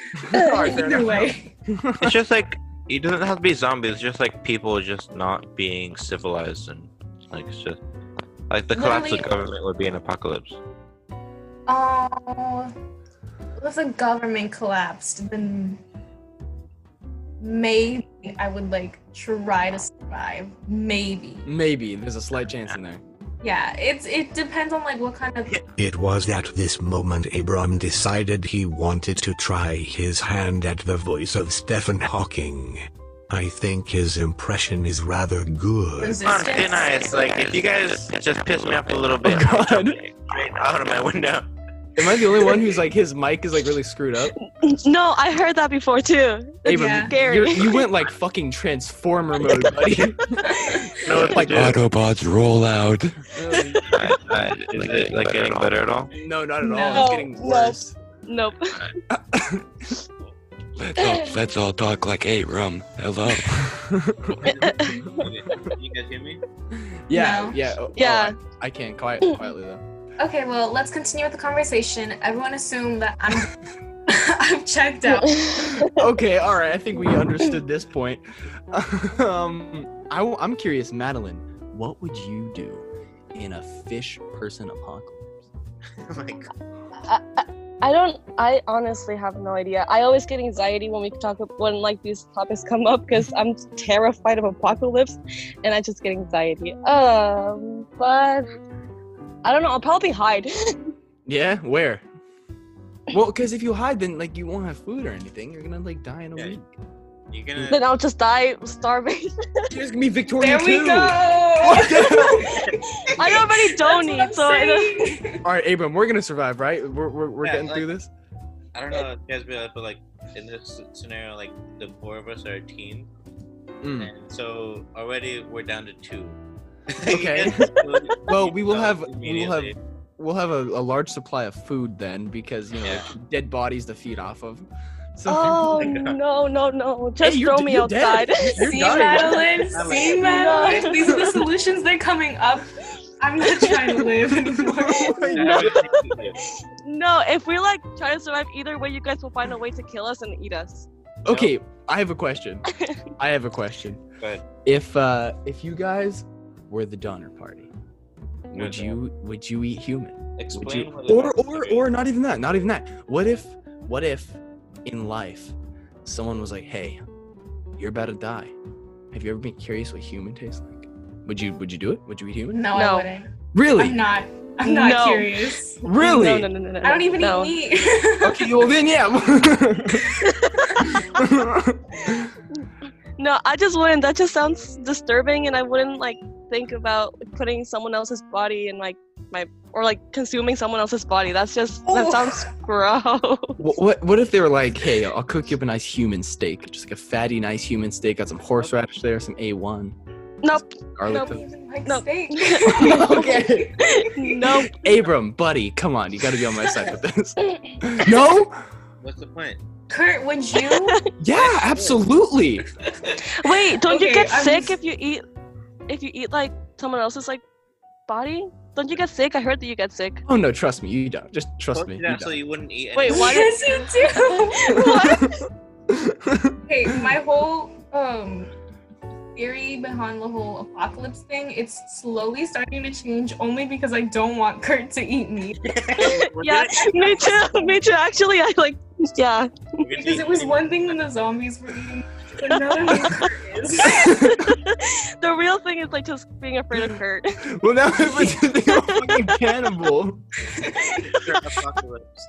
[SPEAKER 4] die.
[SPEAKER 2] Sorry,
[SPEAKER 4] Either way.
[SPEAKER 3] It's just like it doesn't have to be zombies. It's just like people just not being civilized and like it's just like the collapse
[SPEAKER 4] Literally-
[SPEAKER 3] of government would be an apocalypse.
[SPEAKER 4] Oh, if the government collapsed, then maybe I would like try to survive. Maybe.
[SPEAKER 6] Maybe there's a slight chance in there.
[SPEAKER 4] Yeah, it's it depends on like what kind of
[SPEAKER 5] It was at this moment Abram decided he wanted to try his hand at the voice of Stephen Hawking. I think his impression is rather good.
[SPEAKER 3] On thin
[SPEAKER 4] resistance.
[SPEAKER 3] ice, like if you guys just piss me off a little bit,
[SPEAKER 6] Oh,
[SPEAKER 3] I'll
[SPEAKER 6] God.
[SPEAKER 3] jump straight out of my window.
[SPEAKER 6] Am I the only one who's like his mic is like really screwed up?
[SPEAKER 2] no, I heard that before too. That's
[SPEAKER 6] Abram,
[SPEAKER 4] Yeah.
[SPEAKER 6] you
[SPEAKER 2] scary.
[SPEAKER 6] you went like fucking transformer mode, buddy.
[SPEAKER 3] No, it's
[SPEAKER 6] Like,
[SPEAKER 3] like
[SPEAKER 7] Autobots roll out.
[SPEAKER 3] I, I, is it like getting better at all?
[SPEAKER 6] no, not at all.
[SPEAKER 4] No,
[SPEAKER 6] It's getting
[SPEAKER 2] no.
[SPEAKER 6] worse.
[SPEAKER 2] Nope.
[SPEAKER 7] Let's all, let's all talk like Abram. Hello.
[SPEAKER 3] Can you guys hear me?
[SPEAKER 6] Yeah,
[SPEAKER 4] No.
[SPEAKER 6] yeah, oh, oh,
[SPEAKER 2] Yeah.
[SPEAKER 6] I, I can quiet quietly though.
[SPEAKER 4] Okay, well, let's continue with the conversation. Everyone assume that I'm I'm checked out.
[SPEAKER 6] okay, all right. I think we understood this point. Um, I, am curious, Madeline, what would you do in a fish person apocalypse?
[SPEAKER 3] Like,
[SPEAKER 2] I, I- I don't. I honestly have no idea. I always get anxiety when we talk ab- when like these topics come up because I'm terrified of apocalypse, and I just get anxiety. Um, but I don't know. I'll probably hide.
[SPEAKER 6] Yeah, where? Well, because if you hide, then like you won't have food or anything. You're gonna like die in a
[SPEAKER 3] Yeah.
[SPEAKER 6] week.
[SPEAKER 3] you're gonna.
[SPEAKER 2] then I'll just die starving.
[SPEAKER 6] There's gonna be Victoria
[SPEAKER 4] There we
[SPEAKER 6] too.
[SPEAKER 4] go.
[SPEAKER 2] I already don't need so. I don't-
[SPEAKER 6] All right, Abram, we're gonna survive, right? We're we're, we're
[SPEAKER 3] Yeah,
[SPEAKER 6] getting
[SPEAKER 3] like-
[SPEAKER 6] through this.
[SPEAKER 3] I don't know if you guys realize, but like in this scenario, like the four of us are a team,
[SPEAKER 6] Mm.
[SPEAKER 3] and so already we're down to two.
[SPEAKER 6] Okay. Well, we will have- we will
[SPEAKER 3] Immediately.
[SPEAKER 6] We'll have a, a large supply of food then, because you know
[SPEAKER 3] Yeah.
[SPEAKER 6] like, dead bodies to feed off of. So uh,
[SPEAKER 2] Oh no no no! Just
[SPEAKER 6] Hey, you're
[SPEAKER 2] throw
[SPEAKER 6] d-
[SPEAKER 2] me
[SPEAKER 6] you're dead.
[SPEAKER 2] outside.
[SPEAKER 6] You're
[SPEAKER 4] See,
[SPEAKER 6] done.
[SPEAKER 4] Madeline. See,
[SPEAKER 2] No.
[SPEAKER 4] Madeline. These are the solutions that are coming up. I'm not trying to live
[SPEAKER 3] Yeah,
[SPEAKER 4] anymore.
[SPEAKER 3] I would think so.
[SPEAKER 2] no, if we like try to survive either way, you guys will find a way to kill us and eat us.
[SPEAKER 6] Okay, I have a question. I have a question.
[SPEAKER 3] Go ahead.
[SPEAKER 6] If uh if you guys were the Donner Party, would
[SPEAKER 3] Okay.
[SPEAKER 6] you would you eat human? Would
[SPEAKER 3] Explain
[SPEAKER 6] you,
[SPEAKER 3] what it
[SPEAKER 6] or
[SPEAKER 3] is.
[SPEAKER 6] or or not even that, not even that. What if what if in life someone was like, "Hey, you're about to die. Have you ever been curious what human tastes like? Would you would you do it? Would you eat human?
[SPEAKER 4] No, I
[SPEAKER 2] No.
[SPEAKER 4] wouldn't. I'm
[SPEAKER 6] Really?
[SPEAKER 4] not. I'm not
[SPEAKER 2] No.
[SPEAKER 4] curious.
[SPEAKER 6] Really?
[SPEAKER 2] No no no no no.
[SPEAKER 4] I don't even
[SPEAKER 2] no.
[SPEAKER 4] eat meat.
[SPEAKER 6] Okay, well then yeah.
[SPEAKER 2] No, I just wouldn't. That just sounds disturbing, and I wouldn't like think about putting someone else's body in like my or like consuming someone else's body. That's just
[SPEAKER 4] Oh.
[SPEAKER 2] that sounds gross.
[SPEAKER 6] What, what what if they were like, hey, I'll cook you up a nice human steak, just like a fatty, nice human steak, got some horseradish there, some A one,
[SPEAKER 2] Nope.
[SPEAKER 6] garlic.
[SPEAKER 4] I don't even like
[SPEAKER 2] No.
[SPEAKER 4] steak.
[SPEAKER 6] okay,
[SPEAKER 2] nope.
[SPEAKER 6] Abram, buddy, come on, you got to be on my side with this. no,
[SPEAKER 3] What's the point?
[SPEAKER 4] Kurt, would you?
[SPEAKER 6] yeah, absolutely.
[SPEAKER 2] Wait, don't you
[SPEAKER 4] Okay,
[SPEAKER 2] get
[SPEAKER 4] I'm
[SPEAKER 2] sick
[SPEAKER 4] just-
[SPEAKER 2] if you eat if you eat like someone else's like body? Don't you get sick? I heard that you get sick.
[SPEAKER 6] Oh no, trust me, you don't. Just trust me.
[SPEAKER 3] Close it
[SPEAKER 6] you
[SPEAKER 3] down so
[SPEAKER 6] don't.
[SPEAKER 3] you wouldn't eat.
[SPEAKER 2] Wait,
[SPEAKER 3] anything.
[SPEAKER 2] why did-
[SPEAKER 4] yes, you do.
[SPEAKER 2] What?
[SPEAKER 4] Okay, my whole um theory behind the whole apocalypse thing, it's slowly starting to change only because I don't want Kurt to eat meat.
[SPEAKER 2] yeah, me too. Me too. Actually, I like. Yeah.
[SPEAKER 3] We're gonna
[SPEAKER 4] Because
[SPEAKER 3] eat
[SPEAKER 4] it was
[SPEAKER 3] human.
[SPEAKER 4] one thing when the zombies were eating, but now that means Kurt is.
[SPEAKER 2] the real thing is like just being afraid of Kurt.
[SPEAKER 6] well, now we're just a fucking cannibal.
[SPEAKER 3] Sure, apocalypse.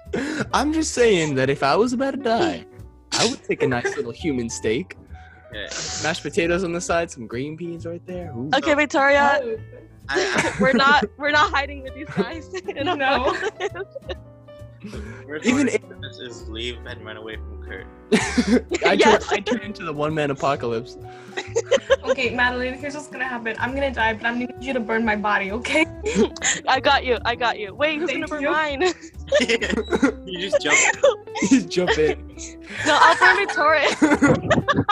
[SPEAKER 6] I'm just saying that if I was about to die, I would take a nice little human steak,
[SPEAKER 3] Yeah.
[SPEAKER 6] mashed potatoes on the side, some green beans right there. Ooh.
[SPEAKER 2] Okay, Victoria,
[SPEAKER 3] I,
[SPEAKER 2] we're not we're not hiding with these guys.
[SPEAKER 4] No.
[SPEAKER 3] I, first
[SPEAKER 6] Even
[SPEAKER 3] order of business is leave and run away from occurred.
[SPEAKER 6] I,
[SPEAKER 2] Yeah.
[SPEAKER 6] turn, I turn into the one man apocalypse.
[SPEAKER 4] Okay, Madeline, here's what's gonna happen. I'm gonna die, but I'm gonna need you to burn my body, okay?
[SPEAKER 2] I got you. I got you. Wait, who's
[SPEAKER 4] Thank
[SPEAKER 2] gonna burn
[SPEAKER 4] you.
[SPEAKER 2] mine?
[SPEAKER 3] you just jumped.
[SPEAKER 6] Just jump in.
[SPEAKER 2] No, I'll burn the turret.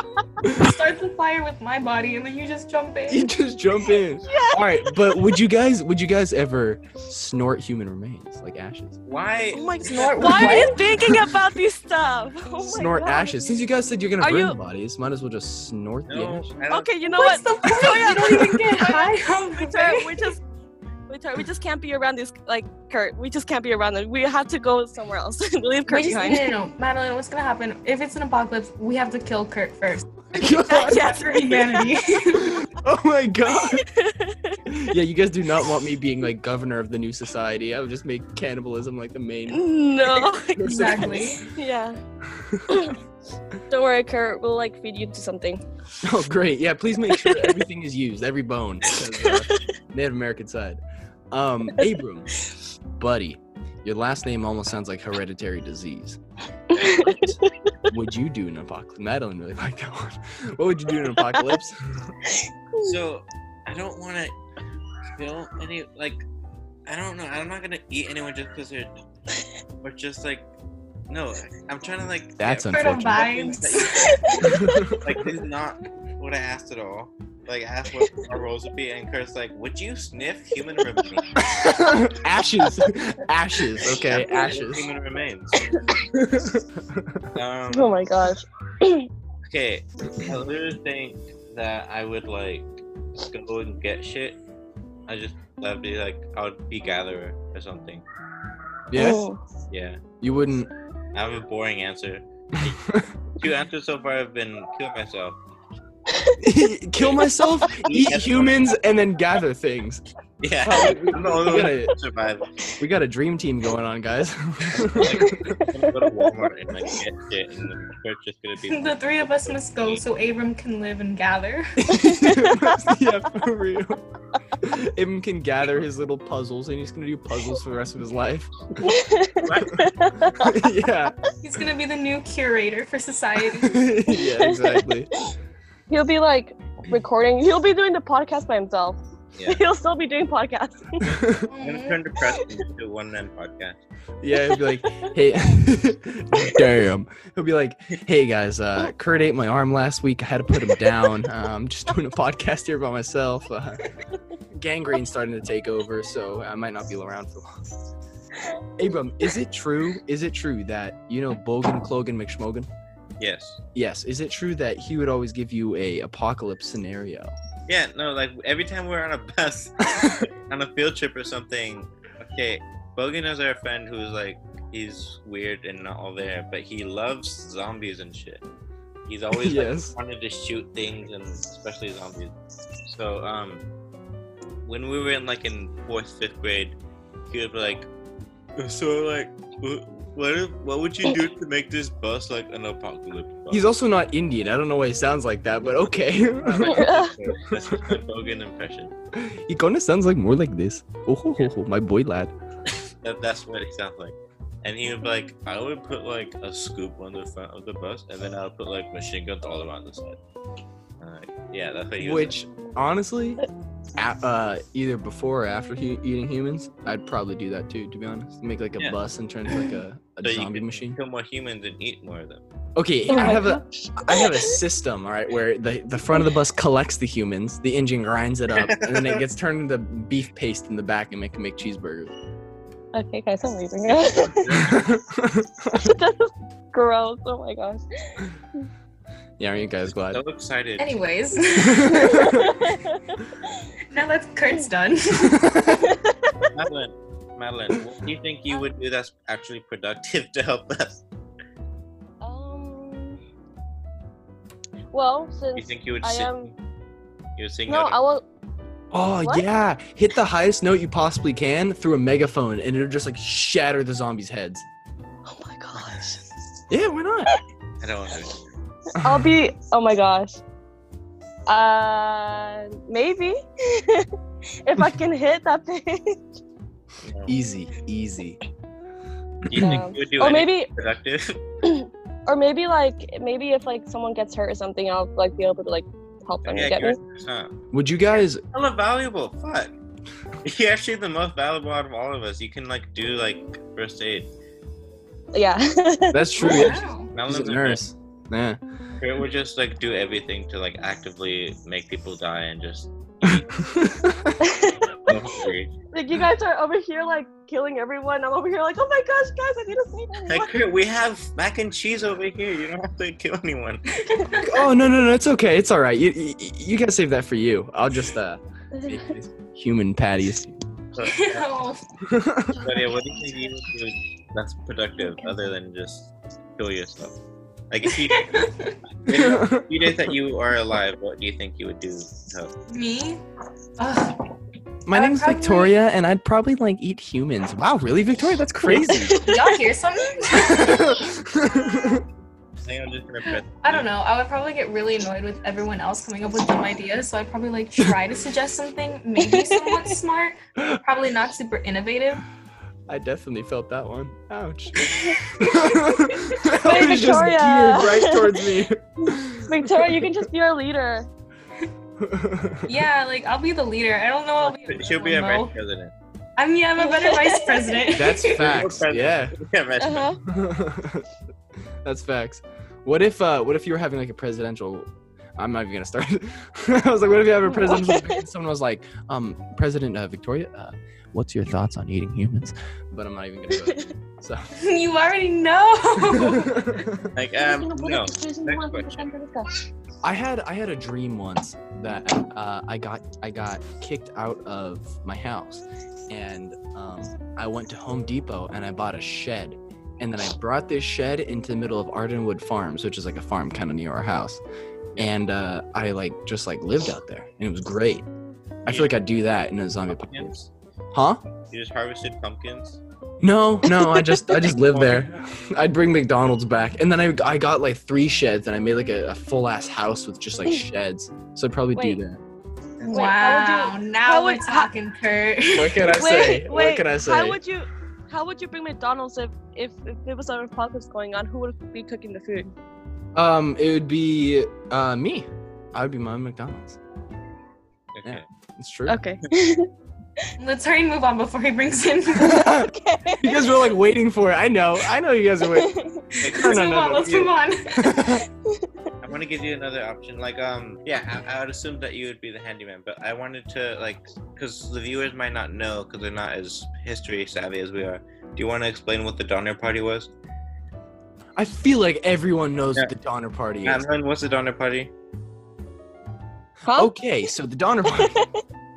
[SPEAKER 4] Start the fire with my body, and then you just jump
[SPEAKER 6] You
[SPEAKER 4] in.
[SPEAKER 6] just jump in. All right, but would you guys would you guys ever snort human remains like ashes?
[SPEAKER 3] Why?
[SPEAKER 2] Oh my
[SPEAKER 4] Snort
[SPEAKER 2] god. Why
[SPEAKER 4] what?
[SPEAKER 2] are you thinking about this stuff? Oh my
[SPEAKER 6] snort
[SPEAKER 2] God.
[SPEAKER 6] ashes. Since you guys said you're gonna
[SPEAKER 2] Are
[SPEAKER 6] burn
[SPEAKER 2] you-
[SPEAKER 6] the bodies, might as well just snort the
[SPEAKER 3] No,
[SPEAKER 6] ashes.
[SPEAKER 3] I don't-
[SPEAKER 2] Okay, you know
[SPEAKER 4] What's
[SPEAKER 2] what?
[SPEAKER 4] the point?
[SPEAKER 2] Oh, yeah.
[SPEAKER 4] You don't even get
[SPEAKER 2] Oh, yeah.
[SPEAKER 4] high on
[SPEAKER 2] we
[SPEAKER 4] the
[SPEAKER 2] try,
[SPEAKER 4] day.
[SPEAKER 2] we just we try, we just can't be around this like Kurt. We just can't be around it. We have to go somewhere else. Leave
[SPEAKER 4] We
[SPEAKER 2] Kurt
[SPEAKER 4] just, no,
[SPEAKER 2] behind.
[SPEAKER 4] no, no, Madeline, what's gonna happen? If it's an apocalypse, we have to kill Kurt first.
[SPEAKER 2] yes.
[SPEAKER 4] For humanity.
[SPEAKER 6] oh my god. yeah, you guys do not want me being like governor of the new society. I would just make cannibalism like the main.
[SPEAKER 2] no.
[SPEAKER 4] exactly.
[SPEAKER 2] Yeah. Don't worry, Kurt. We'll like feed you to something.
[SPEAKER 6] Oh great. Yeah, please make sure everything is used, every bone. because, uh, Native American side. Um, Abram, buddy, your last name almost sounds like hereditary disease.
[SPEAKER 2] Oh
[SPEAKER 6] would you do an apocalypse? Madeline really liked that one. What would you do in an apocalypse?
[SPEAKER 3] So I don't want to kill any. Like I don't know. I'm not gonna eat anyone just because they're. But just like, no. I'm trying to like.
[SPEAKER 6] That's
[SPEAKER 4] Kurt on
[SPEAKER 6] unfortunate.
[SPEAKER 4] vibes.
[SPEAKER 3] like this is not what I asked at all. Like I asked what our roles would be, and Kurt's like, "Would you sniff human remains?"
[SPEAKER 6] ashes, ashes. Okay,
[SPEAKER 3] Definitely
[SPEAKER 6] ashes.
[SPEAKER 3] Human remains. um,
[SPEAKER 2] Oh my gosh.
[SPEAKER 3] okay, I literally think that I would like go and get shit. I just that'd be like I would be gatherer or something.
[SPEAKER 6] Yeah,
[SPEAKER 2] Oh.
[SPEAKER 3] Yeah,
[SPEAKER 6] you wouldn't.
[SPEAKER 3] I have a boring answer. Two answers so far have been kill myself.
[SPEAKER 6] Kill myself, eat humans, and then gather things.
[SPEAKER 3] Yeah,
[SPEAKER 6] Oh,
[SPEAKER 3] I'm the only
[SPEAKER 6] we
[SPEAKER 3] one
[SPEAKER 6] gotta-
[SPEAKER 3] who survived.
[SPEAKER 6] We got a dream team going on, guys.
[SPEAKER 3] I'm gonna go to Walmart and like get shit, and then Kurt's just gonna be.
[SPEAKER 4] the three of us must go so Abram can live and gather.
[SPEAKER 6] yeah, for real. Im can gather his little puzzles, and he's gonna do puzzles for the rest of his life. yeah,
[SPEAKER 4] He's gonna be the new curator for society.
[SPEAKER 6] yeah, exactly.
[SPEAKER 2] He'll be like recording. He'll be doing the podcast by himself.
[SPEAKER 3] Yeah.
[SPEAKER 2] He'll still be doing podcasts.
[SPEAKER 3] I'm gonna
[SPEAKER 4] Um,
[SPEAKER 3] turn depressed into a one man podcast.
[SPEAKER 6] Yeah, he'll be like, hey, damn. He'll be like, hey guys, uh, Kurt ate my arm last week. I had to put him down. Uh, I'm just doing a podcast here by myself. Uh, gangrene's starting to take over, so I might not be around for long. Abram, is it true? Is it true that you know Bogan, Clogan, McSmogan?
[SPEAKER 3] Yes.
[SPEAKER 6] Yes. Is it true that he would always give you a apocalypse scenario?
[SPEAKER 3] Yeah, no, like every time we're on a bus, on a field trip or something, okay, Bogan is our friend who's like, he's weird and not all there, but he loves zombies and shit. He's always like,
[SPEAKER 6] yes.
[SPEAKER 3] wanted to shoot things and especially zombies. So um, when we were in like in fourth, fifth grade, he would be like, "So like, wh- what if, what would you do to make this bus like an apocalypse?" Bus?
[SPEAKER 6] He's also not Indian. I don't know why he sounds like that, but okay.
[SPEAKER 3] That's just my Bogan impression.
[SPEAKER 6] he kind of sounds like more like this. Oh, ho, ho, ho, my boy lad.
[SPEAKER 3] That, that's what it sounds like. And he would be like, I would put like a scoop on the front of the bus, and then I would put like machine guns all around the side. And, like, yeah, that's what he was like.
[SPEAKER 6] Which, honestly, a- uh, either before or after hu- eating humans, I'd probably do that too. To be honest, make like a
[SPEAKER 3] Yeah.
[SPEAKER 6] bus and turn into like a, a
[SPEAKER 3] So you
[SPEAKER 6] zombie
[SPEAKER 3] can
[SPEAKER 6] machine.
[SPEAKER 3] kill more humans and eat more of them.
[SPEAKER 6] Okay,
[SPEAKER 2] Oh
[SPEAKER 6] I
[SPEAKER 2] my
[SPEAKER 6] have a I have a system, all right, where the the front of the bus collects the humans, the engine grinds it up, and then it gets turned into beef paste in the back, and it can make cheeseburgers.
[SPEAKER 2] okay, guys, I'm leaving. this is gross. Oh my gosh.
[SPEAKER 6] yeah, aren't you guys glad?
[SPEAKER 3] So excited.
[SPEAKER 4] Anyways,
[SPEAKER 2] oh
[SPEAKER 4] now that Kurt's done.
[SPEAKER 3] Madeline, Madeline, what do you think you would do that's actually productive to help us?
[SPEAKER 2] Um, well,
[SPEAKER 3] Do you
[SPEAKER 2] since
[SPEAKER 3] think you would
[SPEAKER 2] I
[SPEAKER 3] sing?
[SPEAKER 2] am-
[SPEAKER 3] You would sing
[SPEAKER 2] no,
[SPEAKER 3] out
[SPEAKER 2] I
[SPEAKER 3] a-
[SPEAKER 2] will.
[SPEAKER 6] Oh
[SPEAKER 2] What?
[SPEAKER 6] yeah, hit the highest note you possibly can through a megaphone, and it'll just like shatter the zombies' heads.
[SPEAKER 2] Oh my gosh.
[SPEAKER 6] Yeah, why not?
[SPEAKER 3] I don't want to.
[SPEAKER 2] I'll be. Oh my gosh. Uh, maybe if I can hit that thing.
[SPEAKER 3] No. Do
[SPEAKER 6] Easy, easy.
[SPEAKER 3] you
[SPEAKER 2] Um,
[SPEAKER 3] think you would do
[SPEAKER 2] or
[SPEAKER 3] anything
[SPEAKER 2] maybe
[SPEAKER 3] productive?
[SPEAKER 2] or maybe like maybe if like someone gets hurt or something, I'll like be able to like help them.
[SPEAKER 3] Yeah,
[SPEAKER 2] you get
[SPEAKER 3] you're
[SPEAKER 2] me?
[SPEAKER 3] not.
[SPEAKER 6] Would you guys?
[SPEAKER 3] Hella valuable. Fuck. You're actually the most valuable out of all of us. You can like do like first aid.
[SPEAKER 2] Yeah.
[SPEAKER 6] That's true.
[SPEAKER 4] Wow.
[SPEAKER 3] Not
[SPEAKER 6] She's a
[SPEAKER 3] only
[SPEAKER 6] nurse. Yeah.
[SPEAKER 3] that, Kurt would just like do everything to like actively make people die and just go hungry.
[SPEAKER 2] Like you guys are over here like killing everyone. I'm over here like, oh my gosh, guys, I need to save
[SPEAKER 3] Like
[SPEAKER 2] everyone.
[SPEAKER 3] Kurt, we have mac and cheese over here. You don't have to kill anyone.
[SPEAKER 6] oh no no no! It's okay. It's all right. You you, you gotta save that for you. I'll just uh make these human patties.
[SPEAKER 3] So, but yeah, what do you think you would do that's productive other than just kill yourself? Like if you if you did that you are alive, what do you think you would do? to help?
[SPEAKER 4] Me? Ugh.
[SPEAKER 6] My
[SPEAKER 4] I would
[SPEAKER 6] name's
[SPEAKER 4] probably-
[SPEAKER 6] Victoria, and I'd probably like eat humans. Wow, really, Victoria? That's crazy.
[SPEAKER 4] Y'all hear something?
[SPEAKER 3] I think I'm just gonna press-
[SPEAKER 4] I don't know. I would probably get really annoyed with everyone else coming up with dumb ideas, so I'd probably like try to suggest something maybe somewhat smart, probably not super innovative.
[SPEAKER 6] I definitely felt that one. Ouch.
[SPEAKER 2] Hey,
[SPEAKER 6] That was just
[SPEAKER 2] Victoria.
[SPEAKER 6] geared right towards me.
[SPEAKER 2] Victoria, you can just be our leader.
[SPEAKER 4] Yeah, like I'll be the leader. I don't know. I'll be
[SPEAKER 3] She'll be a
[SPEAKER 4] I
[SPEAKER 3] vice
[SPEAKER 4] don't know.
[SPEAKER 3] president.
[SPEAKER 4] I'm yeah. I'm a better vice president.
[SPEAKER 6] That's facts.
[SPEAKER 3] president.
[SPEAKER 6] Yeah.
[SPEAKER 3] Yeah, vice
[SPEAKER 2] Uh-huh.
[SPEAKER 6] Um, That's facts. What if uh what if you were having like a presidential I'm not even gonna start. I was like, what if you have a presidential debate and someone was like, um, President uh, Victoria, uh, what's your thoughts on eating humans? But I'm not even gonna go there. So
[SPEAKER 4] you already know.
[SPEAKER 3] Like, um, no. Next question.
[SPEAKER 6] I had I had a dream once that uh, I got I got kicked out of my house, and um, I went to Home Depot and I bought a shed, and then I brought this shed into the middle of Ardenwood Farms, which is like a farm kind of near our house, and uh, I like just like lived out there, and it was great. I feel like I'd do that in a zombie apocalypse. Huh?
[SPEAKER 3] You just harvested pumpkins.
[SPEAKER 6] No, no, I just I just lived there. I'd bring McDonald's back, and then I I got like three sheds, and I made like a, a full ass house with just like sheds. So I'd probably
[SPEAKER 2] Wait.
[SPEAKER 6] do that.
[SPEAKER 4] wow. now
[SPEAKER 2] how
[SPEAKER 4] we're
[SPEAKER 2] would- how-
[SPEAKER 4] talking, Kurt.
[SPEAKER 6] What can I
[SPEAKER 2] Wait, wait.
[SPEAKER 6] what can I
[SPEAKER 2] How
[SPEAKER 6] say?
[SPEAKER 2] would you? How would you bring McDonald's if if, if there was an apocalypse going on? Who would be cooking the food?
[SPEAKER 6] um, it would be uh me. I would be my own McDonald's.
[SPEAKER 3] Okay.
[SPEAKER 6] It's true.
[SPEAKER 2] Okay.
[SPEAKER 4] Let's hurry and move on before he brings in.
[SPEAKER 2] okay.
[SPEAKER 6] you guys were like waiting for it. I know. I know you guys are waiting.
[SPEAKER 3] Like,
[SPEAKER 4] Let's
[SPEAKER 6] no,
[SPEAKER 4] move
[SPEAKER 6] no,
[SPEAKER 4] on.
[SPEAKER 6] no,
[SPEAKER 4] Let's
[SPEAKER 6] you-
[SPEAKER 4] move on.
[SPEAKER 3] I want to give you another option. Like, um, yeah, I, I would assume that you would be the handyman, but I wanted to, like, because the viewers might not know because they're not as history savvy as we are. Do you want to explain what the Donner Party was?
[SPEAKER 6] I feel like everyone knows
[SPEAKER 3] Yeah.
[SPEAKER 6] what the Donner Party is.
[SPEAKER 3] Madeline, what's the Donner Party?
[SPEAKER 6] Uh,
[SPEAKER 2] Huh?
[SPEAKER 6] Okay, so the Donner Party.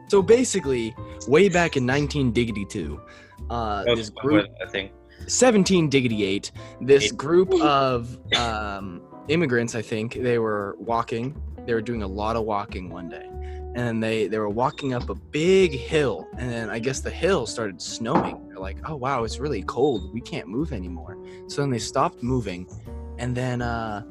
[SPEAKER 6] so basically, way back in 19 diggity two, uh,
[SPEAKER 3] Oh,
[SPEAKER 6] this
[SPEAKER 3] what
[SPEAKER 6] group
[SPEAKER 3] was that thing?
[SPEAKER 6] 17 diggity 8 this
[SPEAKER 3] Eight.
[SPEAKER 6] group of um, immigrants i think they were walking they were doing a lot of walking one day and they they were walking up a big hill and then i guess the hill started snowing they're like oh wow it's really cold we can't move anymore so then they stopped moving and then uh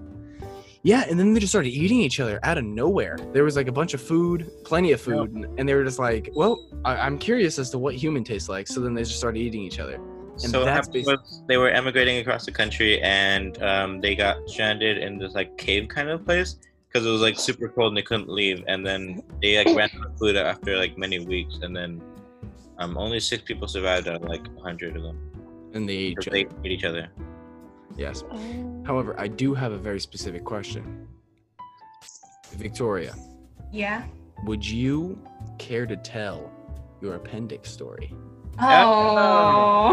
[SPEAKER 6] yeah and then they just started eating each other out of nowhere there was like a bunch of food plenty of food and- and they were just like well I- i'm curious as to what human tastes like so then they just started eating each other And
[SPEAKER 3] so what
[SPEAKER 6] that's
[SPEAKER 3] happened was they were emigrating across the country and um, they got stranded in this like cave kind of place because it was like super cold and they couldn't leave and then they like ran out of food after like many weeks and then um, only six people survived out of like 100 of them
[SPEAKER 6] and they ate each
[SPEAKER 3] 'cause
[SPEAKER 6] other.
[SPEAKER 3] they ate each other
[SPEAKER 6] Yes.
[SPEAKER 2] Oh
[SPEAKER 6] However, I do have a very specific question. Victoria,
[SPEAKER 4] Yeah.
[SPEAKER 6] would you care to tell your appendix story?
[SPEAKER 4] Oh.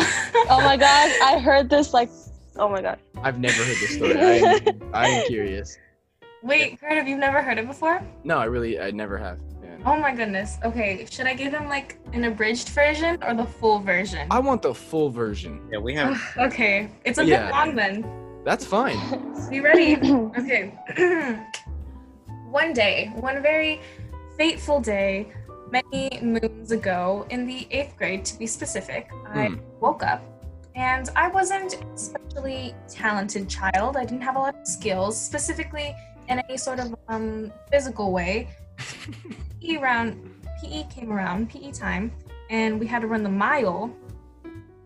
[SPEAKER 2] Oh my god, I heard this like. Oh my god.
[SPEAKER 6] I've never heard this story. I am, I am curious.
[SPEAKER 4] Wait, Kurt, have you never heard it before?
[SPEAKER 6] No, I really, I never have. Yeah.
[SPEAKER 4] Oh my goodness. Okay, should I give him like an abridged version or the full version?
[SPEAKER 6] I want the full version.
[SPEAKER 3] yeah we have
[SPEAKER 4] okay, it's a
[SPEAKER 6] Yeah.
[SPEAKER 4] bit long then.
[SPEAKER 6] That's fine.
[SPEAKER 4] Be ready. Okay. one day, one very fateful day, many moons ago, in the eighth grade to be specific, I
[SPEAKER 6] Mm.
[SPEAKER 4] woke up and I wasn't an especially talented child. I didn't have a lot of skills, specifically in any sort of um, physical way. E PE E round, PE came around, PE time, and we had to run the mile.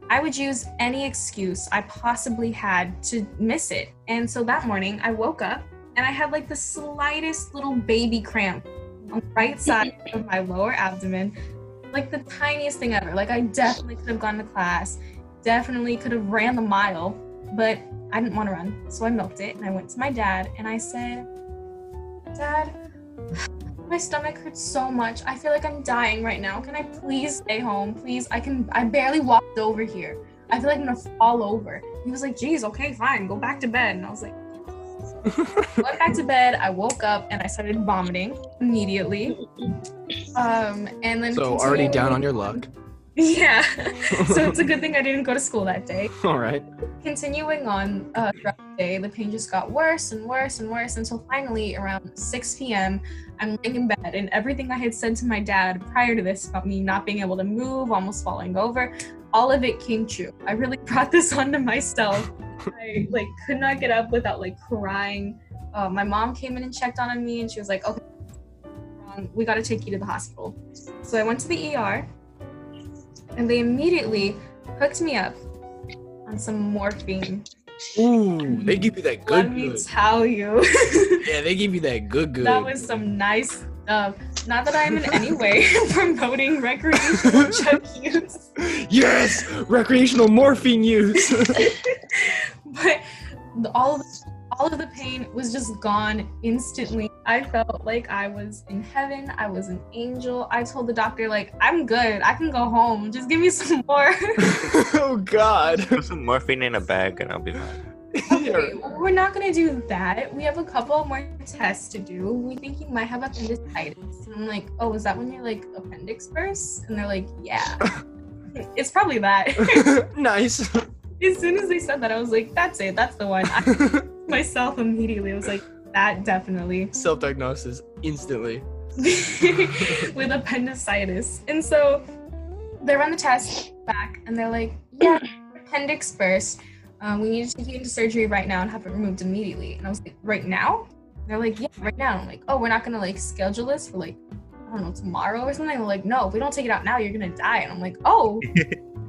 [SPEAKER 4] I would use any excuse I possibly had to miss it. And so that morning, I woke up and I had like the slightest little baby cramp on the right side of my lower abdomen, like the tiniest thing ever. Like, I definitely could have gone to class, definitely could have ran the mile, but I didn't want to run. So I milked it and I went to my dad and I said, Dad, my stomach hurts so much. I feel like I'm dying right now. Can I please stay home? Please, I can. I barely walked over here. I feel like I'm gonna fall over. He was like, "Geez, okay, fine, go back to bed." And I was like, went back to bed. I woke up and I started vomiting immediately. Um, and then
[SPEAKER 6] So already
[SPEAKER 4] continued-
[SPEAKER 6] down on your luck.
[SPEAKER 4] Yeah. so it's a good thing I didn't go to school that day
[SPEAKER 6] All right.
[SPEAKER 4] continuing on uh, throughout the day, the pain just got worse and worse and worse until finally around 6 p.m., I'm laying in bed and everything I had said to my dad prior to this about me not being able to move, almost falling over, all of it came true. I really brought this onto myself. I like could not get up without like crying. Uh, my mom came in and checked on me and she was like, okay, wrong. we got to take you to the hospital. So I went to the ER and they immediately hooked me up on some morphine.
[SPEAKER 1] Ooh, they give you that good
[SPEAKER 4] Let me
[SPEAKER 1] good.
[SPEAKER 4] tell you,
[SPEAKER 1] Yeah, they give you that good good.
[SPEAKER 4] that was some nice stuff. Not that I'm in any way promoting recreational drug use,
[SPEAKER 6] Yes, recreational morphine use.
[SPEAKER 4] but the- all of, all of the pain was just gone instantly. I felt like I was in heaven. I was an angel. I told the doctor, like, I'm good. I can go home. Just give me some more.
[SPEAKER 6] oh God.
[SPEAKER 3] Put some morphine in a bag and I'll be fine.
[SPEAKER 6] Yeah.
[SPEAKER 4] We're not gonna do that. We have a couple more tests to do. We think you might have appendicitis. And I'm like, oh, is that when you're like appendix bursts? And they're like, yeah. it's probably that.
[SPEAKER 6] nice.
[SPEAKER 4] as soon as they said that, I was like, that's it. That's the one. I myself immediately was like, that definitely
[SPEAKER 6] Self-diagnosis instantly.
[SPEAKER 4] with appendicitis. And so they run the test back and they're like, yeah, appendix burst. Uh, we need to take you into surgery right now and have it removed immediately. And I was like, right now? They're like, yeah, right now. I'm like, oh, we're not gonna like schedule this for like, I don't know, tomorrow or something. They're like, no, if we don't take it out now, you're gonna die. And I'm like, oh,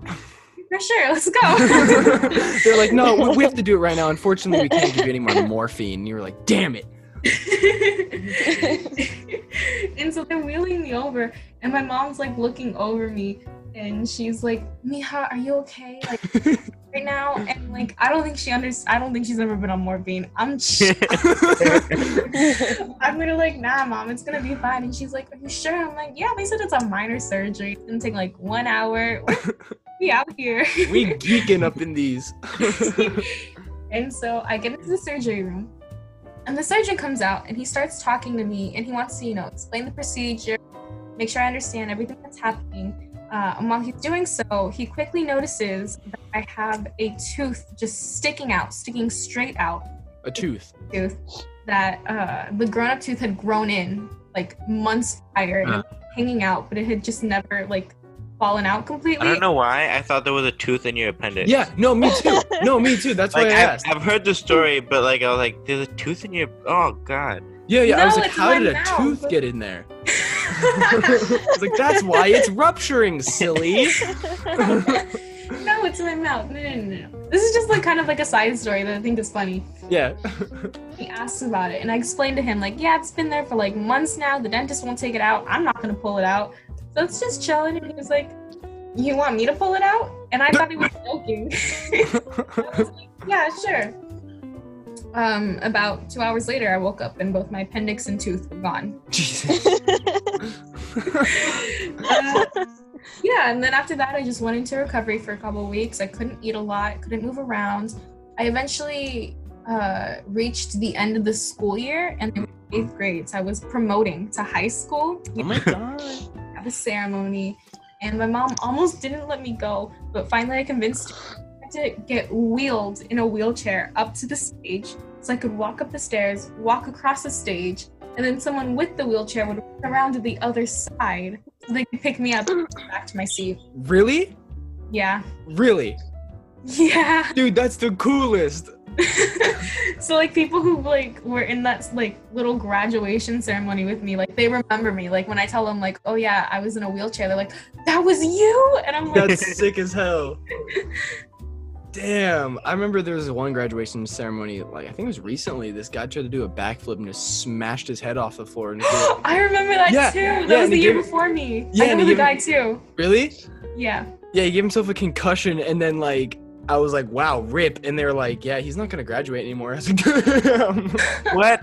[SPEAKER 4] for sure, let's go.
[SPEAKER 6] They're like, no, we, we have to do it right now. Unfortunately, we can't give you any more morphine. And you were like, damn it.
[SPEAKER 4] and so they're wheeling me over, and my mom's like looking over me, and she's like, "Mija, are you okay? Like right now?" And like, I don't think she under I don't think she's ever been on morphine. I'm. sh- I'm gonna like, nah, mom, it's gonna be fine. And she's like, are you sure? I'm like, yeah. They said it's a minor surgery. It's gonna take like one hour. we out here.
[SPEAKER 6] We geeking up in these.
[SPEAKER 4] and so I get into the surgery room, and the surgeon comes out and he starts talking to me and he wants to, you know, explain the procedure, make sure I understand everything that's happening. Uh, and while he's doing so, he quickly notices that I have a tooth just sticking out, sticking straight out,
[SPEAKER 6] A tooth.
[SPEAKER 4] tooth that uh, the grown up tooth had grown in like months prior and
[SPEAKER 3] Uh-huh.
[SPEAKER 6] Huh.
[SPEAKER 4] it was hanging out, but it had just never like fallen out
[SPEAKER 3] I
[SPEAKER 4] completely.
[SPEAKER 3] don't know why. I thought there was a tooth in your appendix.
[SPEAKER 6] Yeah, no, me too. No, me too. That's
[SPEAKER 3] Like
[SPEAKER 6] why I
[SPEAKER 3] I've,
[SPEAKER 6] asked.
[SPEAKER 3] I've heard the story, but like I was like, there's a tooth in your. Oh God.
[SPEAKER 6] yeah, yeah. I was
[SPEAKER 4] No,
[SPEAKER 6] like,
[SPEAKER 4] it's
[SPEAKER 6] how
[SPEAKER 4] in
[SPEAKER 6] did
[SPEAKER 4] my
[SPEAKER 6] a
[SPEAKER 4] mouth."
[SPEAKER 6] tooth get in there? I was like, that's why it's rupturing, silly.
[SPEAKER 4] no, it's in my mouth. No, no, no, no. This is just like kind of like a side story that I think is funny.
[SPEAKER 6] Yeah.
[SPEAKER 4] He asked about it, and I explained to him like, yeah, it's been there for like months now. The dentist won't take it out. I'm not gonna pull it out. So it's just chilling. And he was like, you want me to pull it out? And I thought he was joking. I was like, yeah, sure. Um, about two hours later, I woke up and both my appendix and tooth were gone.
[SPEAKER 6] Jesus.
[SPEAKER 4] Uh, yeah, and then after that, I just went into recovery for a couple of weeks. I couldn't eat a lot, couldn't move around. I eventually uh, reached the end of the school year and in eighth grade, so I was promoting to high school.
[SPEAKER 6] Oh my god.
[SPEAKER 4] Have a ceremony, and my mom almost didn't let me go, but finally I convinced her to get wheeled in a wheelchair up to the stage so I could walk up the stairs, walk across the stage, and then someone with the wheelchair would run around to the other side so they could pick me up and back to my seat.
[SPEAKER 6] Really?
[SPEAKER 4] Yeah.
[SPEAKER 6] Really?
[SPEAKER 4] Yeah.
[SPEAKER 6] Dude, that's the coolest.
[SPEAKER 4] so like people who like were in that like little graduation ceremony with me, like they remember me. Like when I tell them like, oh yeah, I was in a wheelchair, they're like, that was you, and I'm like,
[SPEAKER 6] That's sick as hell. Damn. I remember there was one graduation ceremony, like I think it was recently. This guy tried to do a backflip and just smashed his head off the floor. And
[SPEAKER 4] I remember that
[SPEAKER 6] Yeah,
[SPEAKER 4] too. That
[SPEAKER 6] yeah,
[SPEAKER 4] was
[SPEAKER 6] and
[SPEAKER 4] the
[SPEAKER 6] he
[SPEAKER 4] year
[SPEAKER 6] gave-
[SPEAKER 4] before me.
[SPEAKER 6] Yeah,
[SPEAKER 4] I
[SPEAKER 6] and
[SPEAKER 4] know
[SPEAKER 6] he gave-
[SPEAKER 4] the guy too.
[SPEAKER 6] really?
[SPEAKER 4] Yeah.
[SPEAKER 6] Yeah, he gave himself a concussion, and then like I was like, "Wow, rip!" And they were like, "Yeah, he's not gonna graduate anymore." I was like, "Damn."
[SPEAKER 3] What?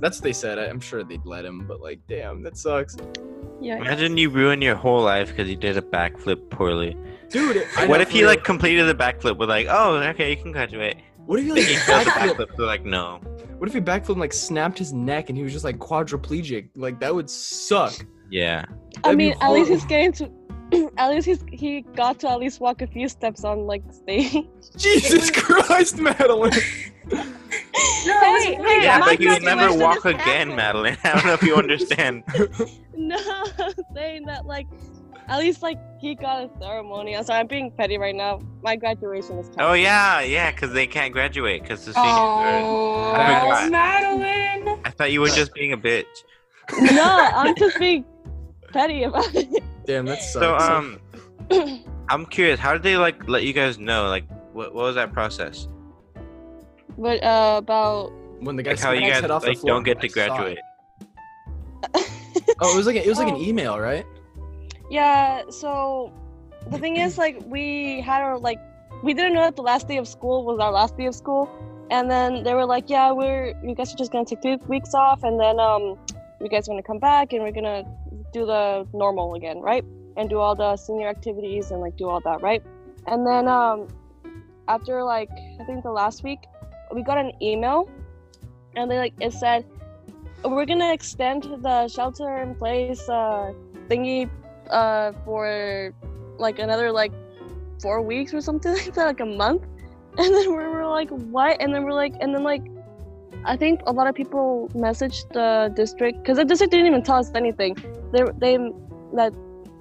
[SPEAKER 6] That's what they said. I- I'm sure they'd let him, but like, damn, that sucks,
[SPEAKER 2] Yeah.
[SPEAKER 3] Imagine you ruin your whole life because you did a backflip poorly.
[SPEAKER 6] dude. I
[SPEAKER 3] what
[SPEAKER 6] know
[SPEAKER 3] if
[SPEAKER 6] for
[SPEAKER 3] he
[SPEAKER 6] real.
[SPEAKER 3] like completed the backflip with like, oh, okay, you can graduate.
[SPEAKER 6] What if he like
[SPEAKER 3] He failed the
[SPEAKER 6] backflip?
[SPEAKER 3] backflip. They're like, no.
[SPEAKER 6] What if he backflip and, like snapped his neck and he was just like quadriplegic? Like that would suck.
[SPEAKER 3] Yeah.
[SPEAKER 2] I
[SPEAKER 6] That'd be
[SPEAKER 2] mean, at least he's
[SPEAKER 6] horrible.
[SPEAKER 2] getting to. At least he's, he got to at least walk a few steps on like stage.
[SPEAKER 6] Jesus Christ, Madeline.
[SPEAKER 4] No,
[SPEAKER 2] Hey,
[SPEAKER 4] it was
[SPEAKER 2] hey,
[SPEAKER 4] weird.
[SPEAKER 3] Yeah,
[SPEAKER 2] my
[SPEAKER 3] but he would
[SPEAKER 2] graduation
[SPEAKER 3] never
[SPEAKER 2] is
[SPEAKER 3] walk
[SPEAKER 2] happening.
[SPEAKER 3] again, Madeline. I don't know if you understand.
[SPEAKER 2] No, I'm saying that like, at least like he got a ceremony. I'm sorry, I'm being petty right now. My graduation is.
[SPEAKER 3] Oh
[SPEAKER 2] canceled.
[SPEAKER 3] yeah, yeah, because they can't graduate because the seniors. are-
[SPEAKER 4] Oh,
[SPEAKER 3] I forgot.
[SPEAKER 4] Madeline.
[SPEAKER 3] I thought you were just being a bitch.
[SPEAKER 2] No, I'm just being petty about it.
[SPEAKER 6] Damn, that sucks.
[SPEAKER 3] So um, I'm curious, how did they like let you guys know? Like, what, what was that process?
[SPEAKER 2] But uh, about
[SPEAKER 6] when the guy
[SPEAKER 3] Like how
[SPEAKER 6] smacked
[SPEAKER 3] you
[SPEAKER 6] his
[SPEAKER 3] guys
[SPEAKER 6] head off the
[SPEAKER 3] like
[SPEAKER 6] floor,
[SPEAKER 3] don't get
[SPEAKER 6] I
[SPEAKER 3] to
[SPEAKER 6] saw it.
[SPEAKER 3] graduate?
[SPEAKER 6] Oh, it was like a, it was like an
[SPEAKER 2] Oh.
[SPEAKER 6] email, right?
[SPEAKER 2] yeah. So the thing is, like, we had our like, we didn't know that the last day of school was our last day of school, and then they were like, yeah, we're you guys are just gonna take two weeks off, and then um, you guys are gonna come back, and we're gonna do the normal again, right? And do all the senior activities and like do all that, right? And then um, after like I think the last week, we got an email, and they like it said, we're gonna extend the shelter in place uh, thingy uh, for like another like four weeks or something like that, like a month. And then we were like, what? And then we're like, and then like, I think a lot of people messaged the district because the district didn't even tell us anything. They they that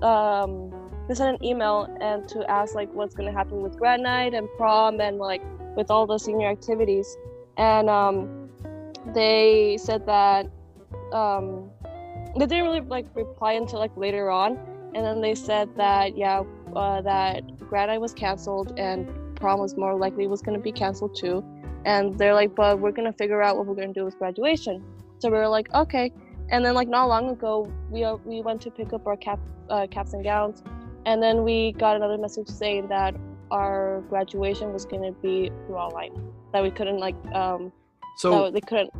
[SPEAKER 2] um, they sent an email and to ask like what's gonna happen with grad night and prom and like with all the senior activities. And um, they said that um, they didn't really like reply until like later on and then they said that yeah uh, that grad night was canceled and prom was more likely was going to be canceled too and they're like but we're going to figure out what we're going to do with graduation so we were like okay and then like not long ago we uh, we went to pick up our cap uh, caps and gowns and then we got another message saying that our graduation was going to be through online that we couldn't like um
[SPEAKER 6] So
[SPEAKER 2] that they couldn't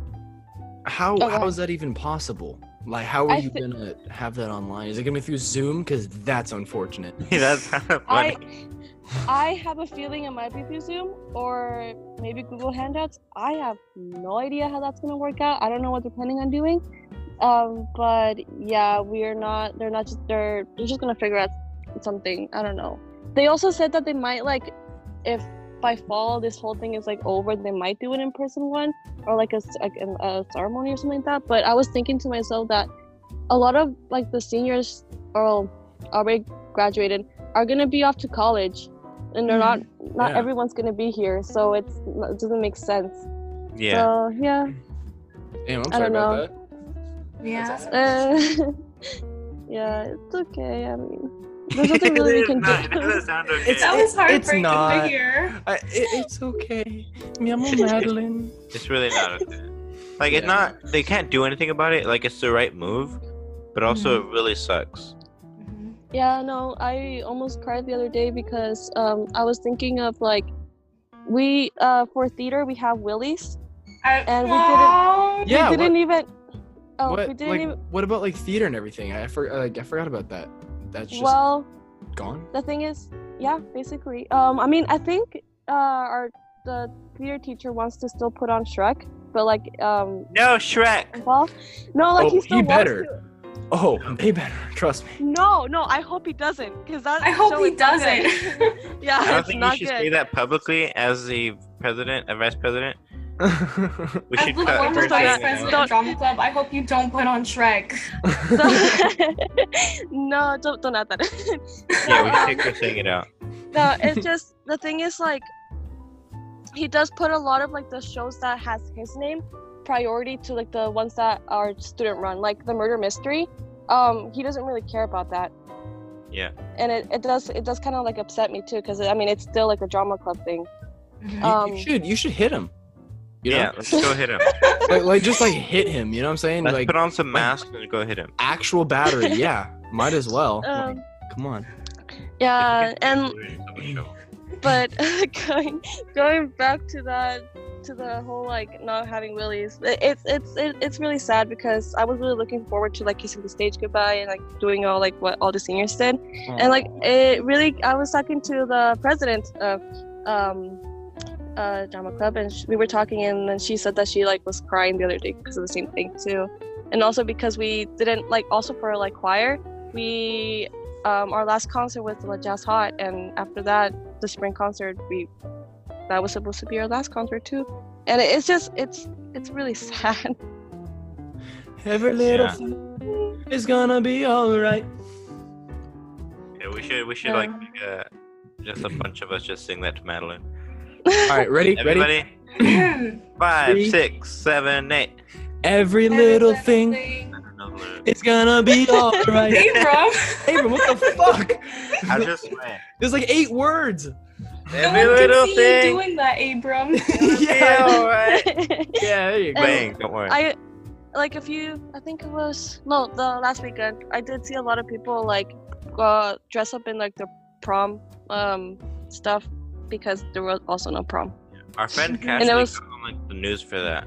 [SPEAKER 6] how
[SPEAKER 2] go
[SPEAKER 6] how
[SPEAKER 2] ahead.
[SPEAKER 6] is that even possible? Like, how are
[SPEAKER 2] I
[SPEAKER 6] you
[SPEAKER 2] thi-
[SPEAKER 6] gonna have that online? Is it gonna be through Zoom? Because that's unfortunate.
[SPEAKER 3] That's kind of funny.
[SPEAKER 2] I I have a feeling it might be through Zoom or maybe Google Handouts. I have no idea how that's gonna work out. I don't know what they're planning on doing. Um, but yeah, we are not. They're not just. They're they're just gonna figure out something. I don't know. They also said that they might like, if by fall this whole thing is like over, they might do an in person one or like a s- like an- a ceremony or something like that. But I was thinking to myself that a lot of like the seniors are already graduated are gonna be off to college, and they're not not
[SPEAKER 6] Yeah.
[SPEAKER 2] everyone's gonna be here, so it's it doesn't make sense.
[SPEAKER 3] yeah.
[SPEAKER 2] So yeah.
[SPEAKER 6] Damn, I'm
[SPEAKER 2] I
[SPEAKER 6] sorry
[SPEAKER 2] don't
[SPEAKER 6] about
[SPEAKER 2] know.
[SPEAKER 6] that.
[SPEAKER 4] Yeah.
[SPEAKER 2] Uh, yeah, it's okay. I mean, there's nothing really we can
[SPEAKER 3] No, it
[SPEAKER 2] do.
[SPEAKER 3] doesn't sound okay.
[SPEAKER 6] It's-
[SPEAKER 4] That was
[SPEAKER 6] It's
[SPEAKER 4] heartbreaking to
[SPEAKER 6] not.
[SPEAKER 4] hear.
[SPEAKER 6] I, it, it's okay. Me, I'm a Madeline.
[SPEAKER 3] It's really not okay. Like it's
[SPEAKER 6] Yeah.
[SPEAKER 3] not they can't do anything about it. Like it's the right move, but also
[SPEAKER 4] Mm-hmm.
[SPEAKER 3] it really sucks.
[SPEAKER 2] Yeah, no, I almost cried the other day because um, I was thinking of like, we uh, for theater we have Willie's.
[SPEAKER 4] I,
[SPEAKER 2] And we
[SPEAKER 4] Aw.
[SPEAKER 6] Yeah.
[SPEAKER 2] we
[SPEAKER 6] What,
[SPEAKER 2] didn't even. Oh,
[SPEAKER 6] what,
[SPEAKER 2] we didn't
[SPEAKER 6] like,
[SPEAKER 2] even.
[SPEAKER 6] what about like theater and everything? I for, like I forgot about that. That's just
[SPEAKER 2] Well,
[SPEAKER 6] gone.
[SPEAKER 2] the thing is, yeah, basically. Um, I mean, I think uh, our the theater teacher wants to still put on Shrek, but like, um,
[SPEAKER 3] No, Shrek.
[SPEAKER 2] well, no, like
[SPEAKER 6] oh,
[SPEAKER 2] he still wants
[SPEAKER 6] better.
[SPEAKER 2] to.
[SPEAKER 6] Oh, they better. Trust me.
[SPEAKER 2] No, no, I hope he doesn't, cause that.
[SPEAKER 4] I hope
[SPEAKER 2] show
[SPEAKER 4] he
[SPEAKER 2] is not
[SPEAKER 4] doesn't.
[SPEAKER 2] good. yeah,
[SPEAKER 3] I don't
[SPEAKER 2] it's
[SPEAKER 3] think
[SPEAKER 2] not
[SPEAKER 3] we should
[SPEAKER 2] good.
[SPEAKER 3] say that publicly as the president, a vice president. We
[SPEAKER 4] As
[SPEAKER 3] should
[SPEAKER 4] the
[SPEAKER 3] cut
[SPEAKER 4] former
[SPEAKER 3] her
[SPEAKER 2] Don't-
[SPEAKER 4] vice
[SPEAKER 3] saying
[SPEAKER 4] president
[SPEAKER 2] don't-
[SPEAKER 4] of drama club, I hope you don't put on Shrek.
[SPEAKER 2] So- no, don't don't add that.
[SPEAKER 3] that. Yeah, we should cut her saying it out.
[SPEAKER 2] no, it's just the thing is like, he does put a lot of like the shows that has his name priority to like the ones that are student run, like the murder mystery. Um, he doesn't really care about that.
[SPEAKER 3] Yeah.
[SPEAKER 2] And it, it does it does kind of like upset me too because I mean it's still like a drama club thing.
[SPEAKER 4] Mhm.
[SPEAKER 2] Um,
[SPEAKER 1] you should you should hit him. You know?
[SPEAKER 3] Yeah, let's go hit him.
[SPEAKER 1] like, like just like hit him. You know what I'm saying?
[SPEAKER 3] Let's
[SPEAKER 1] like
[SPEAKER 3] put on some masks and go hit him.
[SPEAKER 1] actual battery. Yeah, might as well.
[SPEAKER 2] um,
[SPEAKER 1] Come on.
[SPEAKER 2] yeah, and
[SPEAKER 3] Show.
[SPEAKER 2] but going going back to that to the whole like not having willies it, it's it's it, it's really sad because i was really looking forward to like kissing the stage goodbye and like doing all like what all the seniors did and like it really i was talking to the president of um uh drama club and sh- we were talking and then she said that she like was crying the other day because of the same thing too and also because we didn't like also for like choir we um our last concert was like jazz hot and after that the spring concert we that was supposed to be our last concert too and it- it's just it's it's really sad
[SPEAKER 1] Every little
[SPEAKER 3] Yeah.
[SPEAKER 1] thing is gonna be alright.
[SPEAKER 3] Yeah, we should we should
[SPEAKER 4] Yeah.
[SPEAKER 3] like make a, just a bunch of us just sing that to Madeline.
[SPEAKER 1] All right, ready, ready.
[SPEAKER 3] Everybody,
[SPEAKER 4] Um,
[SPEAKER 3] five,
[SPEAKER 1] Three.
[SPEAKER 3] six, seven, eight.
[SPEAKER 1] Every little thing
[SPEAKER 3] I don't know the lyrics.
[SPEAKER 1] is gonna be alright.
[SPEAKER 4] Abram.
[SPEAKER 1] Abram, what the fuck?
[SPEAKER 3] I just went.
[SPEAKER 1] There's like eight words.
[SPEAKER 4] No
[SPEAKER 3] Every
[SPEAKER 4] one
[SPEAKER 3] little
[SPEAKER 4] can see you
[SPEAKER 3] thing.
[SPEAKER 4] doing that, Abram.
[SPEAKER 1] yeah,
[SPEAKER 3] all right.
[SPEAKER 1] yeah. There you go.
[SPEAKER 3] Bang! Don't worry.
[SPEAKER 2] i like a few i think it was no the last weekend i did see a lot of people like uh, dress up in like the prom um stuff because there was also no prom
[SPEAKER 3] Our friend
[SPEAKER 4] And
[SPEAKER 3] Cassidy
[SPEAKER 2] was-
[SPEAKER 3] got on like the news for that.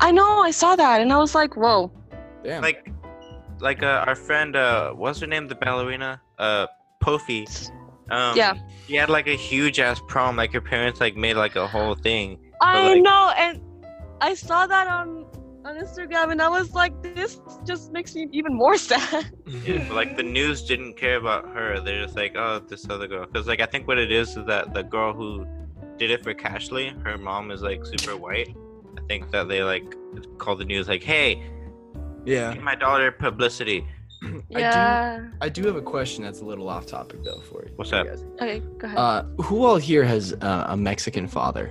[SPEAKER 2] i know i saw that and i was like whoa
[SPEAKER 6] Damn.
[SPEAKER 3] Like, like uh, our friend, uh, what's her name? The ballerina, uh, Pofi. Um,
[SPEAKER 2] Yeah.
[SPEAKER 3] She had like a huge ass prom. Like her parents like made like a whole thing.
[SPEAKER 2] I
[SPEAKER 3] like-
[SPEAKER 2] know, and I saw that on on Instagram, and I was like, this just makes me even more sad.
[SPEAKER 3] Yeah, but like the news didn't care about her. They're just like, oh, this other girl. Because like I think what it is is that the girl who did it for Cashley, her mom is like super white. I think that they like called the news like, hey,
[SPEAKER 6] Yeah.
[SPEAKER 3] give my daughter publicity.
[SPEAKER 2] yeah.
[SPEAKER 6] I do have a question that's a little off topic though for you.
[SPEAKER 3] What's
[SPEAKER 6] for you
[SPEAKER 3] up?
[SPEAKER 6] guys.
[SPEAKER 2] Okay, go ahead.
[SPEAKER 6] Uh, who all here has uh, a Mexican father?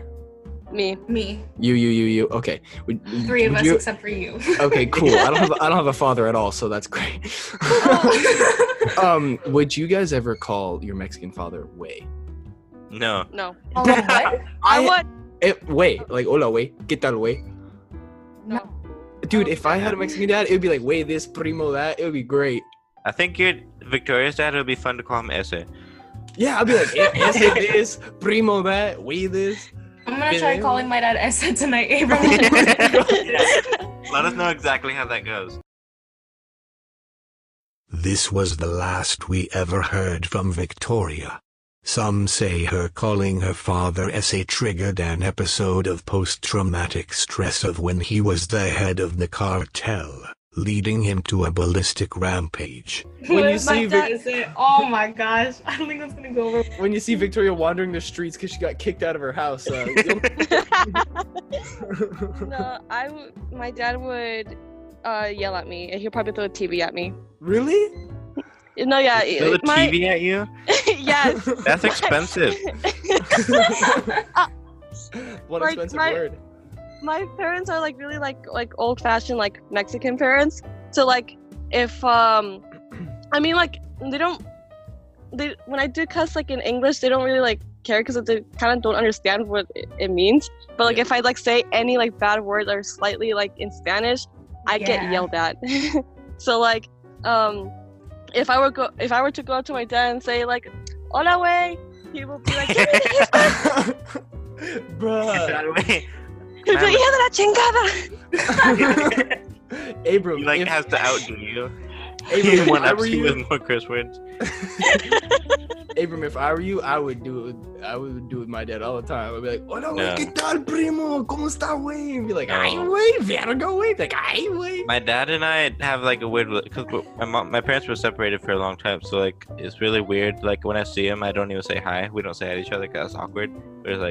[SPEAKER 2] me.
[SPEAKER 4] Me.
[SPEAKER 6] You, you, you, you. Okay. Would-
[SPEAKER 4] Three of
[SPEAKER 6] would
[SPEAKER 4] us
[SPEAKER 6] you-
[SPEAKER 4] except for you.
[SPEAKER 6] okay, cool. I don't have I don't have a father at all, so that's great. um, would you guys ever call your Mexican father way?
[SPEAKER 3] No.
[SPEAKER 2] No.
[SPEAKER 4] Oh, what?
[SPEAKER 2] I,
[SPEAKER 6] I-
[SPEAKER 2] would.
[SPEAKER 6] Eh, way, like hola way, get that way,
[SPEAKER 4] No.
[SPEAKER 6] dude. If I had a Mexican dad, it would be like way this primo that. It would be great.
[SPEAKER 3] I think your Victoria's dad. It would be fun to call him Essa.
[SPEAKER 6] Yeah, I'd be like eh, ese this primo that way this.
[SPEAKER 4] I'm gonna try calling my dad Essa tonight, Abram.
[SPEAKER 3] Let us know exactly how that goes.
[SPEAKER 5] This was the last we ever heard from Victoria. Some say her calling her father essay triggered an episode of post traumatic stress of when he was the head of the cartel, leading him to a ballistic rampage.
[SPEAKER 6] When you
[SPEAKER 4] What if my
[SPEAKER 6] see Vic-
[SPEAKER 4] dad is it? Oh my gosh. I don't think that's gonna go over.
[SPEAKER 6] When you see Victoria wandering the streets because she got kicked out of her house, uh, you'll-
[SPEAKER 2] no, I would. My dad would uh, yell at me, and he'll probably throw a TV at me.
[SPEAKER 6] really?
[SPEAKER 2] No, yeah,
[SPEAKER 3] Throw the
[SPEAKER 2] my,
[SPEAKER 3] TV at you?
[SPEAKER 2] yes.
[SPEAKER 3] That's
[SPEAKER 2] My-
[SPEAKER 3] expensive.
[SPEAKER 6] What
[SPEAKER 2] Like,
[SPEAKER 6] expensive
[SPEAKER 2] my-
[SPEAKER 6] word.
[SPEAKER 2] my parents are like really like like old fashioned like Mexican parents. So like if um I mean like they don't they when I do cuss like in English they don't really like care because they kind of don't understand what it, it means. But like if I like say any like bad word or slightly like in Spanish, I get
[SPEAKER 4] Yeah.
[SPEAKER 2] yelled at. so like um if I were go if I were to go up to my dad and say like hola way he will be like, he's
[SPEAKER 6] Bruh.
[SPEAKER 2] like yeah, la chingada.
[SPEAKER 6] Abram,
[SPEAKER 3] he like
[SPEAKER 6] if-
[SPEAKER 3] has to outdo you.
[SPEAKER 6] Abram, if
[SPEAKER 3] one
[SPEAKER 6] I
[SPEAKER 3] ups
[SPEAKER 6] were
[SPEAKER 3] you
[SPEAKER 6] you,
[SPEAKER 3] with more curse words.
[SPEAKER 6] Abram, if I were you, I would do it. With, I would do it with my dad all the time. I'd be like, "Hola,
[SPEAKER 3] No.
[SPEAKER 6] güey, ¿qué tal, primo? ¿Cómo está, güey?" And be like,
[SPEAKER 3] No.
[SPEAKER 6] "Ay, güey, verga, güey." Like, "Ay, güey."
[SPEAKER 3] My dad and I have like a weird because my mom, my parents were separated for a long time, so like it's really weird. Like when I see him, I don't even say hi. We don't say hi to each other because that's awkward. We're just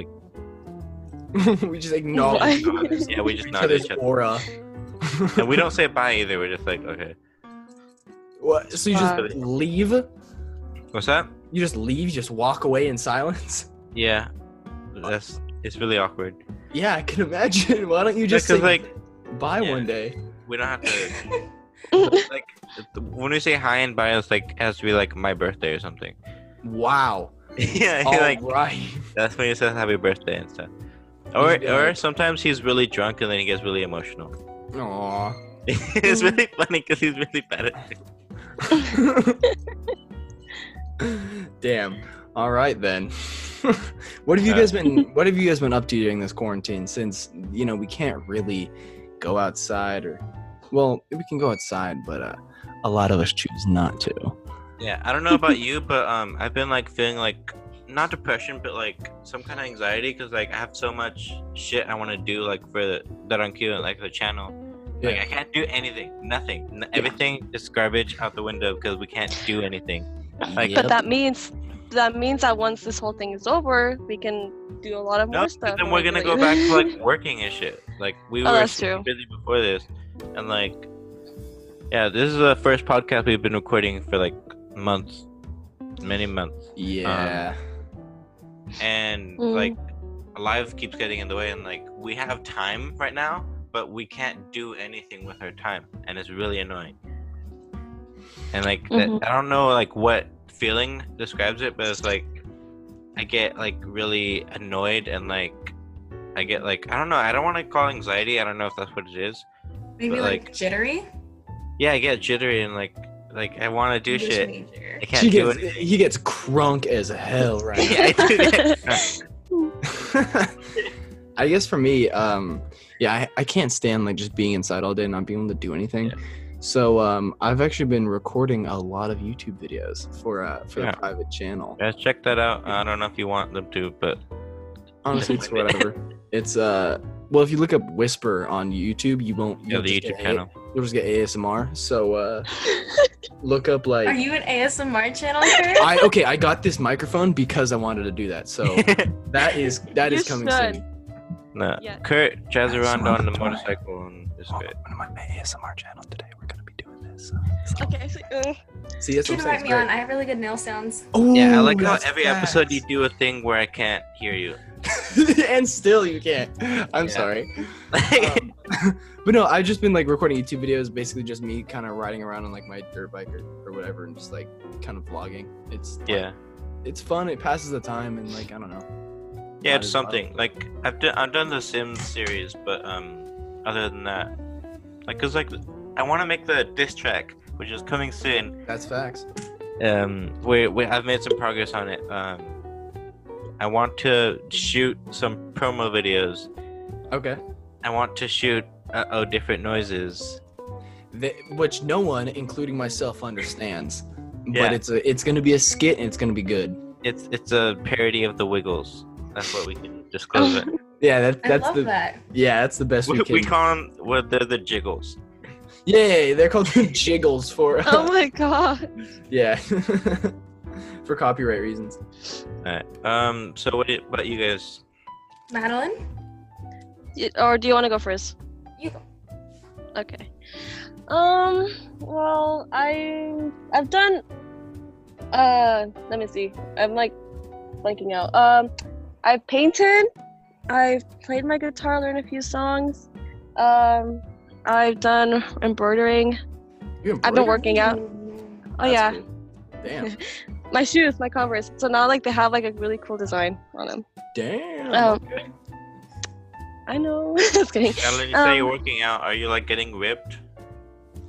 [SPEAKER 3] like,
[SPEAKER 6] we just acknowledge
[SPEAKER 2] What?
[SPEAKER 3] yeah, we just
[SPEAKER 6] each
[SPEAKER 3] nod at
[SPEAKER 6] other's
[SPEAKER 3] each other,
[SPEAKER 6] aura.
[SPEAKER 3] and we don't say bye either. We're just like, okay,
[SPEAKER 6] What? So you just
[SPEAKER 3] Fuck.
[SPEAKER 6] leave? You
[SPEAKER 3] what's up?
[SPEAKER 6] just leave? You just walk away in silence?
[SPEAKER 3] Yeah, that's It's really awkward.
[SPEAKER 6] Yeah, I can imagine. Why don't you just
[SPEAKER 3] Just
[SPEAKER 6] say,
[SPEAKER 3] because like
[SPEAKER 6] buy
[SPEAKER 3] yeah.
[SPEAKER 6] one day?
[SPEAKER 3] we don't have to. like when we say hi and bye, it's like it has to be like my birthday or something.
[SPEAKER 6] Wow.
[SPEAKER 3] yeah,
[SPEAKER 6] All
[SPEAKER 3] like
[SPEAKER 6] right.
[SPEAKER 3] that's when he says happy birthday and stuff. Or
[SPEAKER 6] He's
[SPEAKER 3] or
[SPEAKER 6] like-
[SPEAKER 3] sometimes he's really drunk and then he gets really emotional.
[SPEAKER 6] Aw.
[SPEAKER 3] it's really funny because he's really bad at it.
[SPEAKER 6] Damn. All right then. what have you guys been what have you guys been up to during this quarantine since you know we can't really go outside or well, we can go outside but uh, a lot of us choose not to.
[SPEAKER 3] Yeah, I don't know about you, but um, I've been like feeling like not depression, but like some kind of anxiety because like I have so much shit I want to do like for the that on cue like the channel. Like
[SPEAKER 6] Yeah.
[SPEAKER 3] I can't do anything, nothing, N- everything is garbage out the window because we can't do anything. Like
[SPEAKER 6] Yep.
[SPEAKER 2] But that means that means that once this whole thing is over, we can do a lot of
[SPEAKER 3] no,
[SPEAKER 2] more
[SPEAKER 3] but
[SPEAKER 2] stuff.
[SPEAKER 3] then
[SPEAKER 2] and
[SPEAKER 3] we're
[SPEAKER 2] like,
[SPEAKER 3] gonna
[SPEAKER 2] like-
[SPEAKER 3] go back to like working and shit. Like we
[SPEAKER 2] Oh,
[SPEAKER 3] were
[SPEAKER 2] that's true.
[SPEAKER 3] super busy before this, and like yeah, this is the first podcast we've been recording for like months, many months.
[SPEAKER 6] Yeah.
[SPEAKER 3] Um, and
[SPEAKER 2] Mm.
[SPEAKER 3] like life keeps getting in the way and like we have time right now but we can't do anything with our time and it's really annoying and like
[SPEAKER 2] Mhm.
[SPEAKER 3] that, i don't know like what feeling describes it but it's like i get like really annoyed and like i get like i don't know i don't want to call anxiety i don't know if that's what it is
[SPEAKER 4] Maybe
[SPEAKER 3] But,
[SPEAKER 4] like,
[SPEAKER 3] like,
[SPEAKER 4] jittery.
[SPEAKER 3] yeah i get jittery and like like i want to do
[SPEAKER 4] English
[SPEAKER 3] shit
[SPEAKER 4] major.
[SPEAKER 3] i can't
[SPEAKER 6] she
[SPEAKER 3] do
[SPEAKER 6] gets
[SPEAKER 3] anything
[SPEAKER 6] he gets crunk as hell right now.
[SPEAKER 3] Yeah, I do get-
[SPEAKER 6] I guess for me, um, yeah, I, I can't stand like just being inside all day and not being able to do anything.
[SPEAKER 3] Yeah.
[SPEAKER 6] So um, I've actually been recording a lot of YouTube videos for uh, for
[SPEAKER 3] Yeah.
[SPEAKER 6] the private channel.
[SPEAKER 3] yeah, check that out i don't know if you want them to but
[SPEAKER 6] Honestly, it's whatever. it's uh, well, if you look up Whisper on YouTube, you won't.
[SPEAKER 3] yeah
[SPEAKER 6] you'll
[SPEAKER 3] the
[SPEAKER 6] just get
[SPEAKER 3] youtube
[SPEAKER 6] A-
[SPEAKER 3] channel
[SPEAKER 6] You'll just get ASMR. So uh, look up like.
[SPEAKER 4] Are you an ASMR channel? Kurt?
[SPEAKER 6] I okay, I got this microphone because I wanted to do that. So that is that
[SPEAKER 2] You
[SPEAKER 6] is coming
[SPEAKER 2] should.
[SPEAKER 6] soon.
[SPEAKER 3] No.
[SPEAKER 2] Yeah.
[SPEAKER 3] Kurt drives
[SPEAKER 6] That's
[SPEAKER 3] around
[SPEAKER 6] what
[SPEAKER 3] on the
[SPEAKER 6] I'm doing.
[SPEAKER 3] motorcycle and it's
[SPEAKER 6] On
[SPEAKER 3] good.
[SPEAKER 6] my ASMR channel today, we're gonna be doing this.
[SPEAKER 2] okay, so, uh,
[SPEAKER 6] See, that's
[SPEAKER 4] You
[SPEAKER 6] what I'm saying.
[SPEAKER 4] can invite
[SPEAKER 6] it's
[SPEAKER 4] me
[SPEAKER 6] great.
[SPEAKER 4] on. I have really good nail sounds.
[SPEAKER 3] Yeah, I
[SPEAKER 6] Ooh,
[SPEAKER 3] like how
[SPEAKER 6] that's
[SPEAKER 3] every
[SPEAKER 6] facts.
[SPEAKER 3] episode you do a thing where I can't hear you.
[SPEAKER 6] and still you can't. I'm
[SPEAKER 3] Yeah.
[SPEAKER 6] sorry. Um, but no, I've just been like recording YouTube videos, basically just me kind of riding around on like my dirt bike or, or whatever, and just like kind of vlogging. It's like,
[SPEAKER 3] yeah.
[SPEAKER 6] it's fun. It passes the time, and like I don't know.
[SPEAKER 3] Yeah,
[SPEAKER 6] Might
[SPEAKER 3] it's
[SPEAKER 6] as well.
[SPEAKER 3] something. Like I've done I've done the Sims series, but um other than that like cuz like I want to make the diss track which is coming soon.
[SPEAKER 6] That's facts.
[SPEAKER 3] Um we we I've made some progress on it. Um I want to shoot some promo videos.
[SPEAKER 6] Okay.
[SPEAKER 3] I want to shoot uh oh different noises.
[SPEAKER 6] Th which no one, including myself, understands.
[SPEAKER 3] Yeah.
[SPEAKER 6] But it's a it's gonna be a skit, and it's gonna be good.
[SPEAKER 3] It's it's a parody of the Wiggles. That's what we can disclose it.
[SPEAKER 6] Yeah, that,
[SPEAKER 4] I
[SPEAKER 6] that's
[SPEAKER 4] love
[SPEAKER 6] the
[SPEAKER 4] that.
[SPEAKER 6] yeah, that's the best we,
[SPEAKER 3] we,
[SPEAKER 6] can.
[SPEAKER 3] we call them well, they're the jiggles.
[SPEAKER 6] Yay, they're called the jiggles for
[SPEAKER 2] oh my god.
[SPEAKER 6] yeah, for copyright reasons.
[SPEAKER 3] Alright. Um. So what do- what you guys?
[SPEAKER 4] Madeline,
[SPEAKER 2] Y- Or do you want to go first?
[SPEAKER 4] you go.
[SPEAKER 2] Okay. Um. Well, I I've done. Uh. Let me see. I'm like blanking out. Um. I've painted. I've played my guitar, learned a few songs. Um. I've done embroidering.
[SPEAKER 6] You
[SPEAKER 2] I've been working out.
[SPEAKER 4] Mm-hmm.
[SPEAKER 2] Oh
[SPEAKER 6] That's
[SPEAKER 2] yeah,
[SPEAKER 6] cool. Damn.
[SPEAKER 2] my shoes, my Converse. So now like they have like a really cool design on them.
[SPEAKER 6] Damn.
[SPEAKER 2] Um. I know. Just kidding.
[SPEAKER 3] Madeline, you say you're
[SPEAKER 2] Um,
[SPEAKER 3] working out. Are you like getting ripped?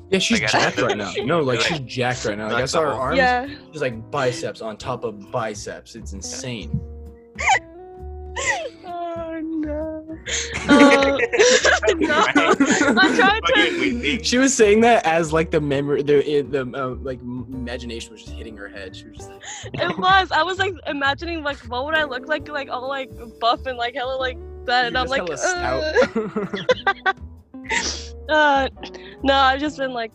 [SPEAKER 6] yeah, she's
[SPEAKER 3] Like, I-
[SPEAKER 6] jacked right now. No, like she's jacked right now. Like I
[SPEAKER 3] That's
[SPEAKER 6] saw her
[SPEAKER 3] the whole-
[SPEAKER 6] arms.
[SPEAKER 2] Yeah.
[SPEAKER 6] She's like biceps on top of biceps. It's insane.
[SPEAKER 2] Oh no. Uh, no. I'm trying
[SPEAKER 3] Fucking
[SPEAKER 2] to.
[SPEAKER 3] weeping.
[SPEAKER 6] She was saying that as like the memory, the the um, like m- imagination was just hitting her head. She was just like,
[SPEAKER 2] It was. I was like imagining like what would I look like like all like buff and like hella like that, and
[SPEAKER 6] "You're
[SPEAKER 2] I'm like,
[SPEAKER 6] just
[SPEAKER 2] uh,
[SPEAKER 6] hella stout."
[SPEAKER 2] uh, no, I've just been like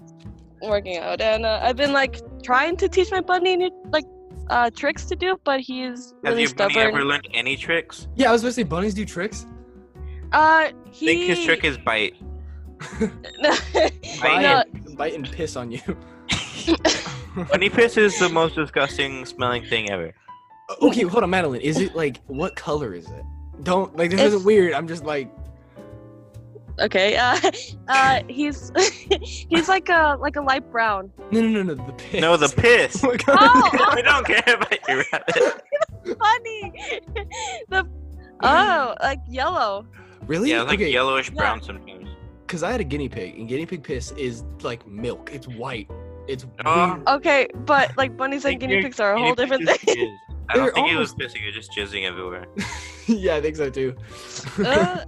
[SPEAKER 2] working out, and uh, I've been like trying to teach my bunny new like uh tricks to do, but he's
[SPEAKER 3] Has
[SPEAKER 2] really
[SPEAKER 3] your bunny
[SPEAKER 2] stubborn.
[SPEAKER 3] ever learned any tricks?
[SPEAKER 6] yeah, I was gonna say bunnies do tricks.
[SPEAKER 2] uh,
[SPEAKER 3] I
[SPEAKER 2] he.
[SPEAKER 3] think his trick is bite.
[SPEAKER 6] Bite,
[SPEAKER 2] No.
[SPEAKER 6] and, bite and piss on you.
[SPEAKER 3] Bunny piss is the most disgusting smelling thing ever.
[SPEAKER 6] okay, hold on, Madeline. Is it like what color is it?
[SPEAKER 1] Don't like this
[SPEAKER 2] It's-
[SPEAKER 1] isn't weird. I'm just like
[SPEAKER 2] Okay. Uh, uh, he's he's like a like a light brown.
[SPEAKER 1] no no no no the piss.
[SPEAKER 3] No, the piss.
[SPEAKER 1] Oh my God.
[SPEAKER 2] Oh,
[SPEAKER 3] we don't care about your rabbit.
[SPEAKER 2] funny. the oh, like yellow.
[SPEAKER 1] Really?
[SPEAKER 3] Yeah, it's like
[SPEAKER 1] okay,
[SPEAKER 3] yellowish
[SPEAKER 2] Yeah.
[SPEAKER 3] brown sometimes.
[SPEAKER 1] because I had a guinea pig, and guinea pig piss is like milk. It's white. It's
[SPEAKER 3] Oh.
[SPEAKER 1] weird.
[SPEAKER 2] Okay, but like bunnies and
[SPEAKER 3] Think
[SPEAKER 2] guinea
[SPEAKER 3] you're-
[SPEAKER 2] pigs are a
[SPEAKER 3] guinea
[SPEAKER 2] whole different
[SPEAKER 3] pigs
[SPEAKER 2] thing.
[SPEAKER 3] jizz. I don't
[SPEAKER 1] They're
[SPEAKER 3] think it was pissing. You're just jizzing everywhere.
[SPEAKER 1] yeah, I think so too.
[SPEAKER 2] Uh,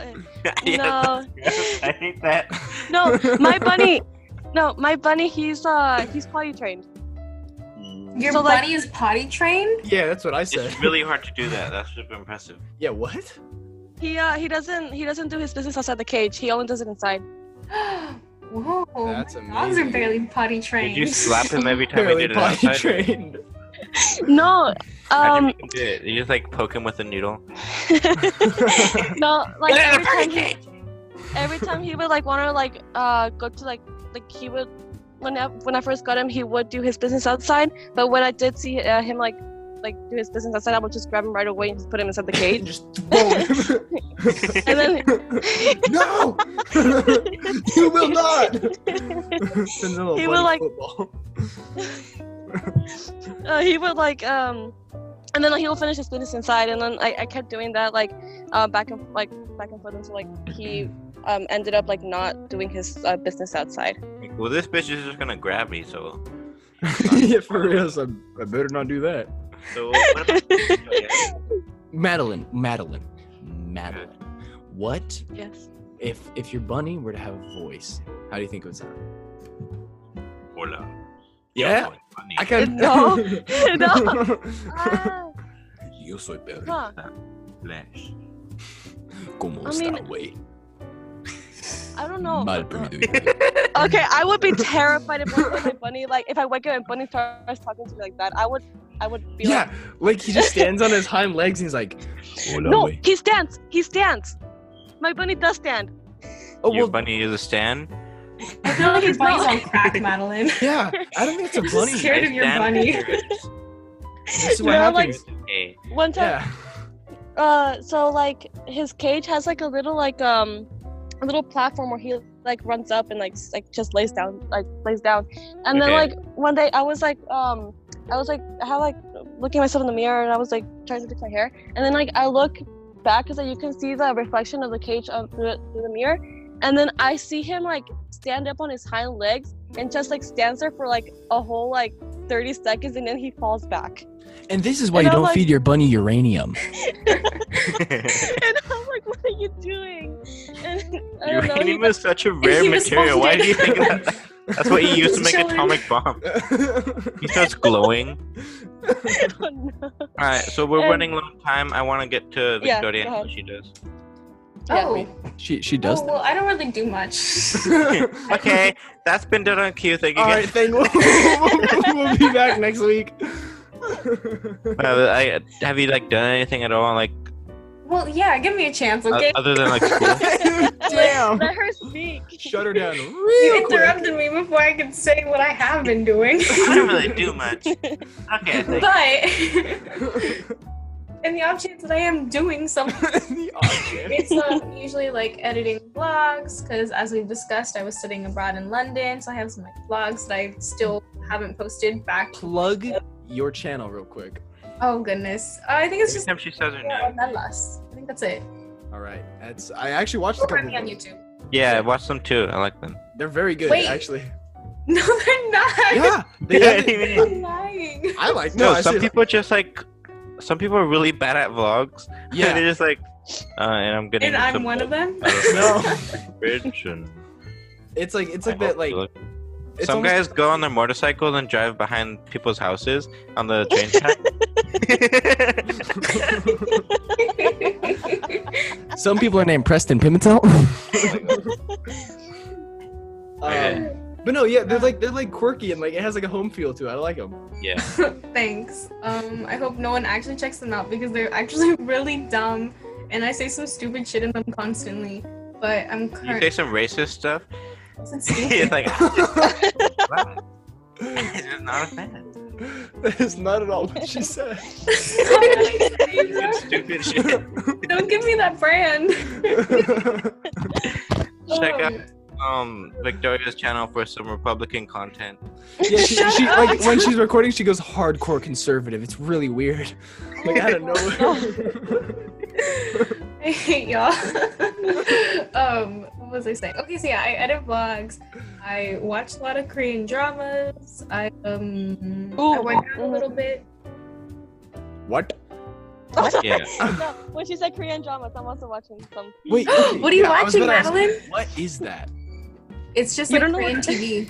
[SPEAKER 3] Yeah,
[SPEAKER 2] No.
[SPEAKER 3] that's gross. I hate that.
[SPEAKER 2] no, my bunny. No, my bunny. He's uh, he's potty trained.
[SPEAKER 4] Your
[SPEAKER 2] So, like-
[SPEAKER 4] buddy is potty trained?
[SPEAKER 1] yeah, that's what I said.
[SPEAKER 3] It's really hard to do that. That's super impressive.
[SPEAKER 1] yeah, what?
[SPEAKER 2] He uh, he doesn't he doesn't do his business outside the cage. He only does it inside.
[SPEAKER 4] Whoa.
[SPEAKER 6] That's
[SPEAKER 4] my Dogs are
[SPEAKER 6] amazing.
[SPEAKER 4] barely potty trained.
[SPEAKER 3] Did you slap him every time he
[SPEAKER 1] Barely
[SPEAKER 3] did it
[SPEAKER 1] potty
[SPEAKER 3] outside?
[SPEAKER 1] trained.
[SPEAKER 2] No,
[SPEAKER 3] How did
[SPEAKER 2] um,
[SPEAKER 3] you do it? Did you just like poke him with a noodle?
[SPEAKER 2] no, like every
[SPEAKER 3] Get out of the
[SPEAKER 2] time
[SPEAKER 3] parking
[SPEAKER 2] he
[SPEAKER 3] cage!
[SPEAKER 2] every time he would like want to like uh go to like like he would when I, when I first got him he would do his business outside but when I did see uh, him like like do his business outside I would just grab him right away and just put him inside the cage
[SPEAKER 1] Just whoa.
[SPEAKER 2] and then
[SPEAKER 1] no, you will not. Sends a little bloody
[SPEAKER 2] He will, like-
[SPEAKER 1] football.
[SPEAKER 2] uh, he would like um and then like, he would finish his business inside and then I, I kept doing that like uh, back and like back and forth until like he um ended up like not doing his uh, business outside
[SPEAKER 3] Like, Well, this bitch is just gonna grab me. So,
[SPEAKER 6] yeah, for real. So I better not do that.
[SPEAKER 3] so what about? Oh, yeah.
[SPEAKER 1] Madeline, Madeline, Madeline. What
[SPEAKER 2] yes
[SPEAKER 1] if if your bunny were to have a voice? How do you think it would sound?
[SPEAKER 3] Hola.
[SPEAKER 1] Yeah,
[SPEAKER 3] Yo, funny.
[SPEAKER 1] I can.
[SPEAKER 2] No. no Ah,
[SPEAKER 1] Yo soy perro.
[SPEAKER 2] huh.
[SPEAKER 3] Flash.
[SPEAKER 1] Como
[SPEAKER 2] I
[SPEAKER 1] esta,
[SPEAKER 2] mean-
[SPEAKER 1] güey?
[SPEAKER 2] I don't know
[SPEAKER 1] Mal
[SPEAKER 2] Uh,
[SPEAKER 1] perdido, güey.
[SPEAKER 2] Okay, I would be terrified if I woke up my bunny like if I wake up and bunny starts talking to me like that. I would, I would be
[SPEAKER 6] Yeah, like he just stands on his hind legs and he's like,
[SPEAKER 2] like,
[SPEAKER 1] Hola,
[SPEAKER 2] no,
[SPEAKER 1] güey.
[SPEAKER 2] he stands, he stands. My bunny does stand.
[SPEAKER 1] Oh
[SPEAKER 3] Your
[SPEAKER 1] well,
[SPEAKER 3] bunny is a stand.
[SPEAKER 4] I feel like your
[SPEAKER 2] He's not-
[SPEAKER 4] bunny's on crack, Madeline.
[SPEAKER 1] yeah. I don't think it's a bunny.
[SPEAKER 4] Scared of your
[SPEAKER 3] Stand
[SPEAKER 4] bunny.
[SPEAKER 3] pictures.
[SPEAKER 6] this is what
[SPEAKER 2] No, like-
[SPEAKER 6] happens.
[SPEAKER 3] Hey,
[SPEAKER 2] One time,
[SPEAKER 6] yeah.
[SPEAKER 2] uh, so like his cage has like a little like um, a little platform where he like runs up and like s- like just lays down like lays down, and then
[SPEAKER 3] Okay.
[SPEAKER 2] like one day I was like um. I was like, I had like looking at myself in the mirror, and I was like trying to fix my hair, and then like I look back because like, you can see the reflection of the cage um, through, the, through the mirror, and then I see him like stand up on his hind legs and just like stands there for like a whole like 30 seconds, and then he falls back.
[SPEAKER 1] And this is why
[SPEAKER 2] And
[SPEAKER 1] you
[SPEAKER 2] I'm
[SPEAKER 1] don't
[SPEAKER 2] like-
[SPEAKER 1] feed your bunny uranium.
[SPEAKER 2] and I'm like, what are you doing? And I don't know. he-
[SPEAKER 3] uranium is such a rare
[SPEAKER 4] he was
[SPEAKER 3] material.
[SPEAKER 4] supposed
[SPEAKER 3] Why
[SPEAKER 4] to
[SPEAKER 3] do you think
[SPEAKER 4] do
[SPEAKER 3] that? That's what he used to make
[SPEAKER 4] Chilling.
[SPEAKER 3] atomic bomb. He starts glowing.
[SPEAKER 2] I don't know.
[SPEAKER 3] All right, so we're
[SPEAKER 2] And-
[SPEAKER 3] running low on time. I want to get to
[SPEAKER 2] Yeah,
[SPEAKER 3] Victoria
[SPEAKER 2] go
[SPEAKER 3] and what
[SPEAKER 2] ahead.
[SPEAKER 3] she does.
[SPEAKER 2] Yeah.
[SPEAKER 4] Oh,
[SPEAKER 6] She she does
[SPEAKER 4] oh well, I don't really do much.
[SPEAKER 6] that.
[SPEAKER 3] Okay, that's been done on cue. Thank you.
[SPEAKER 6] All right,
[SPEAKER 3] Guys.
[SPEAKER 6] then we'll, we'll, we'll be back next week.
[SPEAKER 3] Uh, I, have you like done anything at all, like
[SPEAKER 4] Well, yeah, give me a chance,
[SPEAKER 3] o-
[SPEAKER 4] okay?
[SPEAKER 3] other than like school?
[SPEAKER 6] Damn.
[SPEAKER 2] Let her speak.
[SPEAKER 6] Shut her down real
[SPEAKER 4] you
[SPEAKER 6] quick.
[SPEAKER 4] interrupted me before I could say what I have been doing.
[SPEAKER 3] I don't really do much. Okay, I think.
[SPEAKER 4] but in the off chance that I am doing something,
[SPEAKER 6] The audience.
[SPEAKER 4] it's um, usually like editing vlogs because, as we've discussed, I was studying abroad in London, so I have some like vlogs that I still haven't posted back.
[SPEAKER 6] Plug your channel real quick.
[SPEAKER 4] Oh goodness, uh, I think it's
[SPEAKER 3] Every
[SPEAKER 4] just
[SPEAKER 3] time she says her
[SPEAKER 4] yeah,
[SPEAKER 3] name.
[SPEAKER 4] Ornelas. I think that's it.
[SPEAKER 6] All right, that's I actually watched a
[SPEAKER 4] Or
[SPEAKER 6] couple.
[SPEAKER 4] me on
[SPEAKER 6] Of them.
[SPEAKER 4] YouTube.
[SPEAKER 3] Yeah, I watch them too. I like them.
[SPEAKER 6] They're very good,
[SPEAKER 4] Wait.
[SPEAKER 6] actually.
[SPEAKER 4] No, they're not.
[SPEAKER 6] Yeah, they
[SPEAKER 3] Yeah,
[SPEAKER 6] have it-
[SPEAKER 3] I mean-
[SPEAKER 4] I'm lying.
[SPEAKER 6] I like
[SPEAKER 3] No,
[SPEAKER 6] no. I
[SPEAKER 3] some
[SPEAKER 6] see-
[SPEAKER 3] people just like. Some people are really bad at vlogs. Yeah.
[SPEAKER 6] yeah,
[SPEAKER 3] They're just like, uh, and I'm getting.
[SPEAKER 4] And I'm one of them.
[SPEAKER 6] no.
[SPEAKER 3] them.
[SPEAKER 6] It's like it's like that like it's
[SPEAKER 3] Some
[SPEAKER 6] almost-
[SPEAKER 3] guys go on their motorcycles and drive behind people's houses on the train track.
[SPEAKER 1] Some people are named Preston Pimentel.
[SPEAKER 6] um,
[SPEAKER 3] Okay.
[SPEAKER 6] But no, yeah, they're like they're like quirky and like it has like a home feel to it. I like them.
[SPEAKER 3] yeah.
[SPEAKER 4] Thanks. Um, I hope no one actually checks them out because they're actually really dumb, and I say some stupid shit in them constantly. But I'm
[SPEAKER 3] You say
[SPEAKER 4] currently
[SPEAKER 3] some racist stuff. it's
[SPEAKER 4] stupid.
[SPEAKER 3] like, wow. It's just not a fan.
[SPEAKER 6] That's not at all what she said.
[SPEAKER 4] Stop it.
[SPEAKER 3] It's stupid shit.
[SPEAKER 4] Don't give me that brand.
[SPEAKER 3] Check out um Victoria's channel for some Republican content.
[SPEAKER 6] Yeah, she,
[SPEAKER 4] Shut
[SPEAKER 6] she
[SPEAKER 4] up.
[SPEAKER 6] like when she's recording, she goes hardcore conservative. It's really weird. Like out of nowhere.
[SPEAKER 4] I hate y'all. um, what was I saying? Okay, so yeah, I edit vlogs. I watch a lot of Korean dramas. I um, I
[SPEAKER 2] Ooh.
[SPEAKER 4] work out a little bit.
[SPEAKER 6] what?
[SPEAKER 3] Yeah.
[SPEAKER 2] no, when she said Korean dramas, I'm also watching some.
[SPEAKER 6] Wait. okay,
[SPEAKER 4] What are you
[SPEAKER 6] yeah, I was
[SPEAKER 4] watching,
[SPEAKER 6] gonna ask,
[SPEAKER 4] Madeline?
[SPEAKER 6] What is that?
[SPEAKER 4] It's just
[SPEAKER 2] You
[SPEAKER 4] like
[SPEAKER 2] don't know
[SPEAKER 4] Korean
[SPEAKER 2] what-
[SPEAKER 4] TV.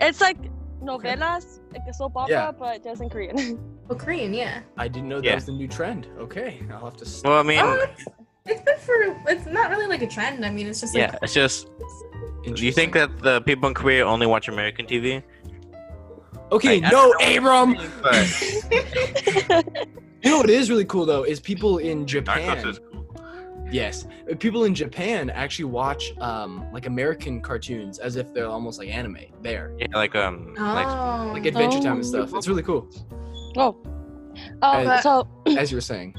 [SPEAKER 2] It's like novelas, like a soap opera,
[SPEAKER 6] Yeah.
[SPEAKER 2] but just in Korean.
[SPEAKER 4] Well, Korean, yeah.
[SPEAKER 6] I didn't know that
[SPEAKER 3] Yeah.
[SPEAKER 6] was the new trend. Okay, I'll have to. s-
[SPEAKER 3] Well, I mean,
[SPEAKER 4] Oh, it's, it's been for. It's not really like a trend. I mean, it's just like
[SPEAKER 3] yeah, it's just. Do you
[SPEAKER 6] Interesting.
[SPEAKER 3] think that the people in Korea only watch American TV?
[SPEAKER 6] Okay,
[SPEAKER 3] I- I
[SPEAKER 6] no,
[SPEAKER 3] don't know.
[SPEAKER 6] Abram.
[SPEAKER 3] But
[SPEAKER 6] You know what is really cool though is people in Japan.
[SPEAKER 3] Narcos is cool.
[SPEAKER 6] Yes, people in Japan actually watch um, like American cartoons as if they're almost like anime. There,
[SPEAKER 3] Yeah, like um, like
[SPEAKER 4] oh,
[SPEAKER 6] like Adventure Time and
[SPEAKER 2] Oh.
[SPEAKER 6] stuff. It's really cool.
[SPEAKER 2] Oh. Um,
[SPEAKER 6] Uh,
[SPEAKER 2] so,
[SPEAKER 6] As you were saying.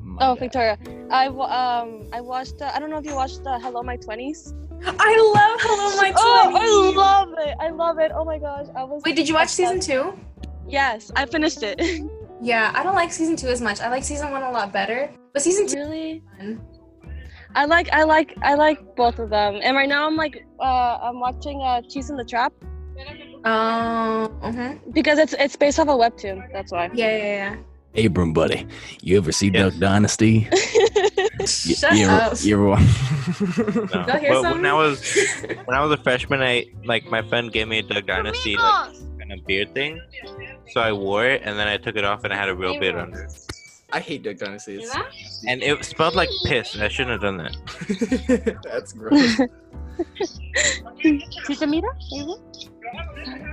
[SPEAKER 6] My
[SPEAKER 2] oh,
[SPEAKER 6] bad.
[SPEAKER 2] Victoria, I wa- um I watched. Uh, I don't know if you watched uh, Hello My Twenties.
[SPEAKER 4] I love Hello My
[SPEAKER 2] Oh, I
[SPEAKER 4] Twenties.
[SPEAKER 2] love it! I love it! Oh my gosh, I was.
[SPEAKER 4] Wait, did you watch season two?
[SPEAKER 2] Yes, I finished it.
[SPEAKER 4] Yeah, I don't like season two as much. I like season one a lot better. But season two,
[SPEAKER 2] really? I like, I like, I like both of them. And right now, I'm like, uh, I'm watching uh, Cheese in the Trap
[SPEAKER 4] um, mhm.
[SPEAKER 2] because it's it's based off a webtoon. That's why.
[SPEAKER 4] yeah, yeah,
[SPEAKER 1] Abram, buddy, you ever see
[SPEAKER 3] Yeah.
[SPEAKER 1] Duck Dynasty?
[SPEAKER 4] yeah. Shut up.
[SPEAKER 1] ever,
[SPEAKER 3] no.
[SPEAKER 4] Y'all hear
[SPEAKER 3] But
[SPEAKER 4] something?
[SPEAKER 3] when I was when I was a freshman, I like my friend gave me a Doug Dynasty like kind of beard thing, so I wore it and then I took it off and I had a real beard under. it.
[SPEAKER 6] I hate Duck Dynasty. It's-
[SPEAKER 3] And it smelled like piss. and I shouldn't have done that.
[SPEAKER 6] That's gross.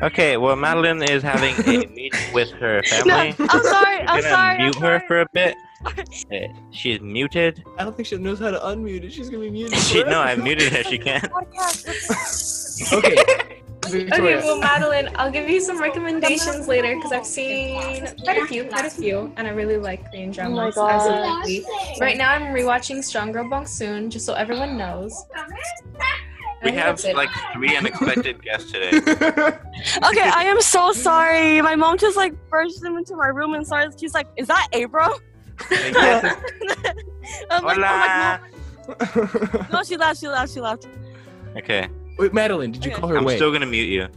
[SPEAKER 3] Okay, well, Madeline is having a meeting with her family.
[SPEAKER 2] I'm sorry. I'm
[SPEAKER 3] We're gonna
[SPEAKER 2] sorry.
[SPEAKER 3] mute
[SPEAKER 2] I'm
[SPEAKER 3] her
[SPEAKER 2] sorry.
[SPEAKER 3] for a bit. Uh, She's muted.
[SPEAKER 6] I don't think she knows how to unmute it. She's gonna be muted.
[SPEAKER 3] She no, I
[SPEAKER 6] forever.
[SPEAKER 3] muted her. She can't.
[SPEAKER 6] Okay.
[SPEAKER 4] Okay,
[SPEAKER 6] Victoria.
[SPEAKER 4] well, Madeline, I'll give you some recommendations later because I've seen quite a few, quite a few, and I really like Korean
[SPEAKER 2] Oh my
[SPEAKER 4] dramas.
[SPEAKER 2] god.
[SPEAKER 4] absolutely. Right now, I'm rewatching Strong Girl Bong Soon, just so everyone knows. I
[SPEAKER 3] We
[SPEAKER 4] think
[SPEAKER 3] have
[SPEAKER 4] that's it.
[SPEAKER 3] like three unexpected guests today.
[SPEAKER 2] Okay, I am so sorry. My mom just like burst into my room and started. She's like, "Is that Abram?"
[SPEAKER 3] Like, yes,
[SPEAKER 2] I'm like,
[SPEAKER 3] Hola.
[SPEAKER 2] "Oh my god." No, she laughed. She laughed. She laughed.
[SPEAKER 3] Okay,
[SPEAKER 6] Wait, Madeline, did you
[SPEAKER 2] Okay.
[SPEAKER 6] call her
[SPEAKER 3] I'm
[SPEAKER 6] away?
[SPEAKER 3] still gonna mute you.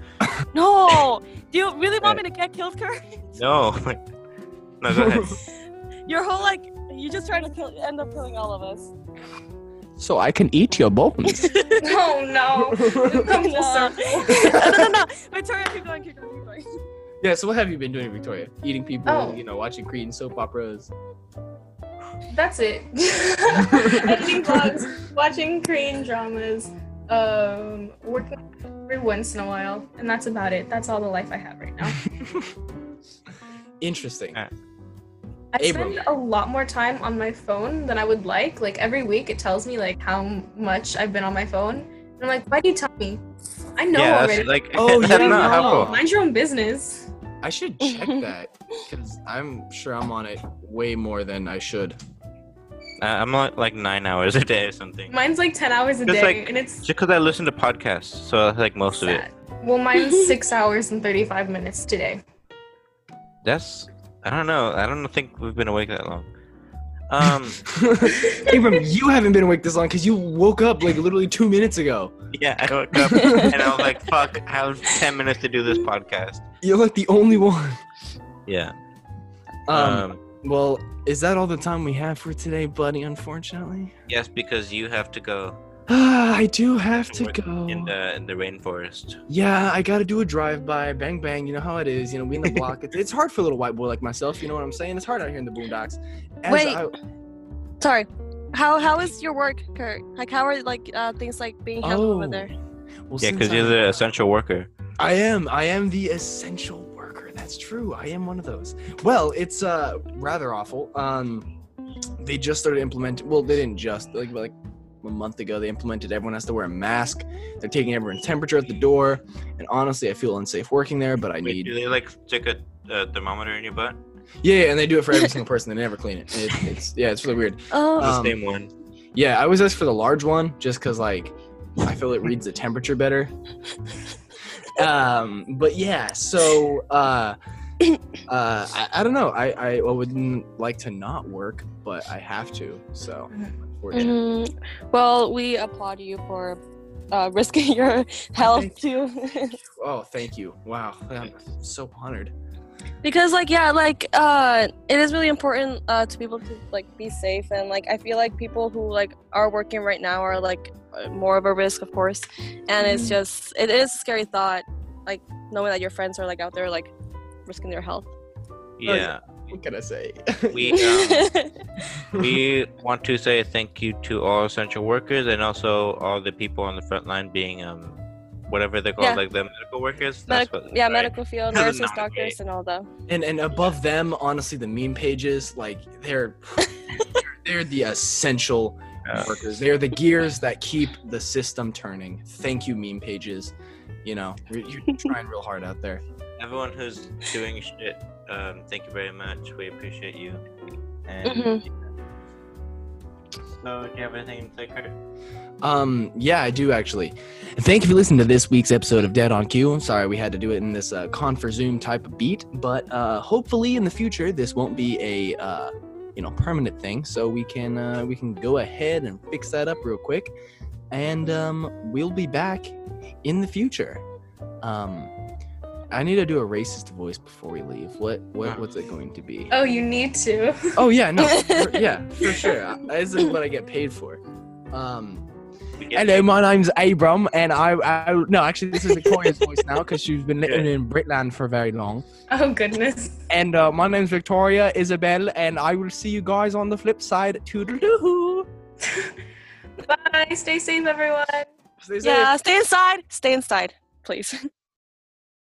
[SPEAKER 2] No. Do you really want me to get killed, Kurt?
[SPEAKER 3] No, no, go ahead.
[SPEAKER 2] Your whole like, you just trying to kill, end up killing all of us.
[SPEAKER 1] so I can eat your bones.
[SPEAKER 4] Oh no! We've come full
[SPEAKER 2] No.
[SPEAKER 4] circle.
[SPEAKER 2] no, no, no. Victoria, keep going. Keep going. Keep going.
[SPEAKER 6] yeah. So what have you been doing, Victoria? Eating people,
[SPEAKER 4] Oh.
[SPEAKER 6] you know, watching Creed and soap operas.
[SPEAKER 4] That's it. Editing vlogs, watching Korean dramas, um, working every once in a while, and that's about it. That's all the life I have right now.
[SPEAKER 6] Interesting.
[SPEAKER 3] Uh,
[SPEAKER 4] I
[SPEAKER 6] Abram.
[SPEAKER 4] spend a lot more time on my phone than I would like. Like every week, it tells me like how m- much I've been on my phone. And I'm like, why do you tell me? I know
[SPEAKER 3] yeah, that's
[SPEAKER 4] already.
[SPEAKER 3] like
[SPEAKER 6] Oh,
[SPEAKER 3] that's
[SPEAKER 6] yeah,
[SPEAKER 3] not
[SPEAKER 6] no.
[SPEAKER 3] helpful.
[SPEAKER 4] Mind your own business.
[SPEAKER 6] I should check that because I'm sure I'm on it way more than I should.
[SPEAKER 3] Uh, I'm on like nine hours a day or something.
[SPEAKER 4] Mine's like ten hours a
[SPEAKER 3] Just,
[SPEAKER 4] day,
[SPEAKER 3] like,
[SPEAKER 4] and it's
[SPEAKER 3] Just because I listen to podcasts, so that's like most of it.
[SPEAKER 4] sad. Well, mine's six hours and thirty-five minutes today.
[SPEAKER 3] That's I don't know. I don't think we've been awake that long. Um,
[SPEAKER 6] Abram, you haven't been awake this long because you woke up like literally two minutes ago.
[SPEAKER 3] yeah, I woke up and I was like, "Fuck, I have ten minutes to do this podcast."
[SPEAKER 6] You're like the only one.
[SPEAKER 3] Yeah.
[SPEAKER 6] Um,
[SPEAKER 3] um
[SPEAKER 6] Well, is that all the time we have for today, buddy? Unfortunately,
[SPEAKER 3] yes, because you have to go.
[SPEAKER 6] I do have to
[SPEAKER 3] work
[SPEAKER 6] go.
[SPEAKER 3] in the in the rainforest.
[SPEAKER 6] Yeah, I gotta do a drive by, bang bang. You know how it is. You know, we in the block. It's, it's hard for a little white boy like myself. You know what I'm saying? It's hard out here in the boondocks. As
[SPEAKER 2] Wait.
[SPEAKER 6] I-
[SPEAKER 2] Sorry. How how is your work, Kurt? Like how are like uh, things like being handled
[SPEAKER 6] Oh.
[SPEAKER 2] over there?
[SPEAKER 6] well,
[SPEAKER 3] Yeah,
[SPEAKER 6] since
[SPEAKER 3] because you're
[SPEAKER 6] I'm-
[SPEAKER 3] the essential worker.
[SPEAKER 6] I am. I am the essential worker. That's true. I am one of those. Well, it's uh rather awful. Um, they just started implementing. Well, they didn't just like like a month ago. They implemented everyone has to wear a mask. They're taking everyone's temperature at the door. And honestly, I feel unsafe working there. But I
[SPEAKER 3] Wait,
[SPEAKER 6] need.
[SPEAKER 3] do they like stick a, a thermometer in your butt?
[SPEAKER 6] Yeah, yeah, and they do it for every single person. They never clean it. it it's yeah, it's really weird.
[SPEAKER 2] Oh,
[SPEAKER 6] Um,
[SPEAKER 3] the same one.
[SPEAKER 6] Yeah, I always ask for the large one just because like I feel it reads the temperature better. Um, but yeah, so uh, uh, I, I don't know. I, I wouldn't like to not work, but I have to. So unfortunately.
[SPEAKER 2] mhm. well, we applaud you for uh, risking your health too.
[SPEAKER 6] Oh, thank you. Wow, I'm so honored.
[SPEAKER 2] because like yeah like uh it is really important uh to people to like be safe and like i feel like people who like are working right now are like more of a risk of course and it's
[SPEAKER 4] Mhm.
[SPEAKER 2] just it is a scary thought like knowing that your friends are like out there like risking their health
[SPEAKER 6] oh,
[SPEAKER 3] Yeah,
[SPEAKER 6] What can I say?
[SPEAKER 3] we um, we want to say thank you to all essential workers and also all the people on the front line being um whatever they're called
[SPEAKER 2] Yeah.
[SPEAKER 3] like the medical workers.
[SPEAKER 2] Medic-
[SPEAKER 3] That's what,
[SPEAKER 2] yeah
[SPEAKER 3] right?
[SPEAKER 2] medical field
[SPEAKER 3] Doesn't
[SPEAKER 2] nurses
[SPEAKER 3] not
[SPEAKER 2] doctors
[SPEAKER 3] great.
[SPEAKER 2] and all that
[SPEAKER 6] and and above them, honestly, the meme pages like they're they're the essential
[SPEAKER 3] Yeah.
[SPEAKER 6] workers. They're the gears that keep the system turning. Thank you, meme pages. You know, you're, you're trying real hard out there.
[SPEAKER 3] Everyone who's doing shit, um, thank you very much. We appreciate you. And
[SPEAKER 2] Mhm.
[SPEAKER 3] so, do you have anything to say, Kurt?
[SPEAKER 6] Um, yeah, I do actually. Thank you for listening to this week's episode of Dead on Cue. I'm sorry we had to do it in this uh, con for Zoom type of beat, but uh, hopefully in the future this won't be a uh, you know permanent thing, so we can uh, we can go ahead and fix that up real quick, and um, we'll be back in the future. Um, I need to do a racist voice before we leave. What what what's it going to be?
[SPEAKER 4] Oh, you need to.
[SPEAKER 6] Oh yeah, no, for- yeah, for sure. I- This is what I get paid for. Um.
[SPEAKER 3] We get
[SPEAKER 6] Hello, my name's Abram, and I, I no, actually, this is Victoria's voice now because she's been living
[SPEAKER 3] Yeah.
[SPEAKER 6] in Britland for very long.
[SPEAKER 4] Oh goodness.
[SPEAKER 6] And uh, my name's Victoria Isabel, and I will see you guys on the flip side. Toodaloo!
[SPEAKER 4] Bye. Stay safe, everyone.
[SPEAKER 6] Stay safe.
[SPEAKER 2] yeah stay inside stay inside please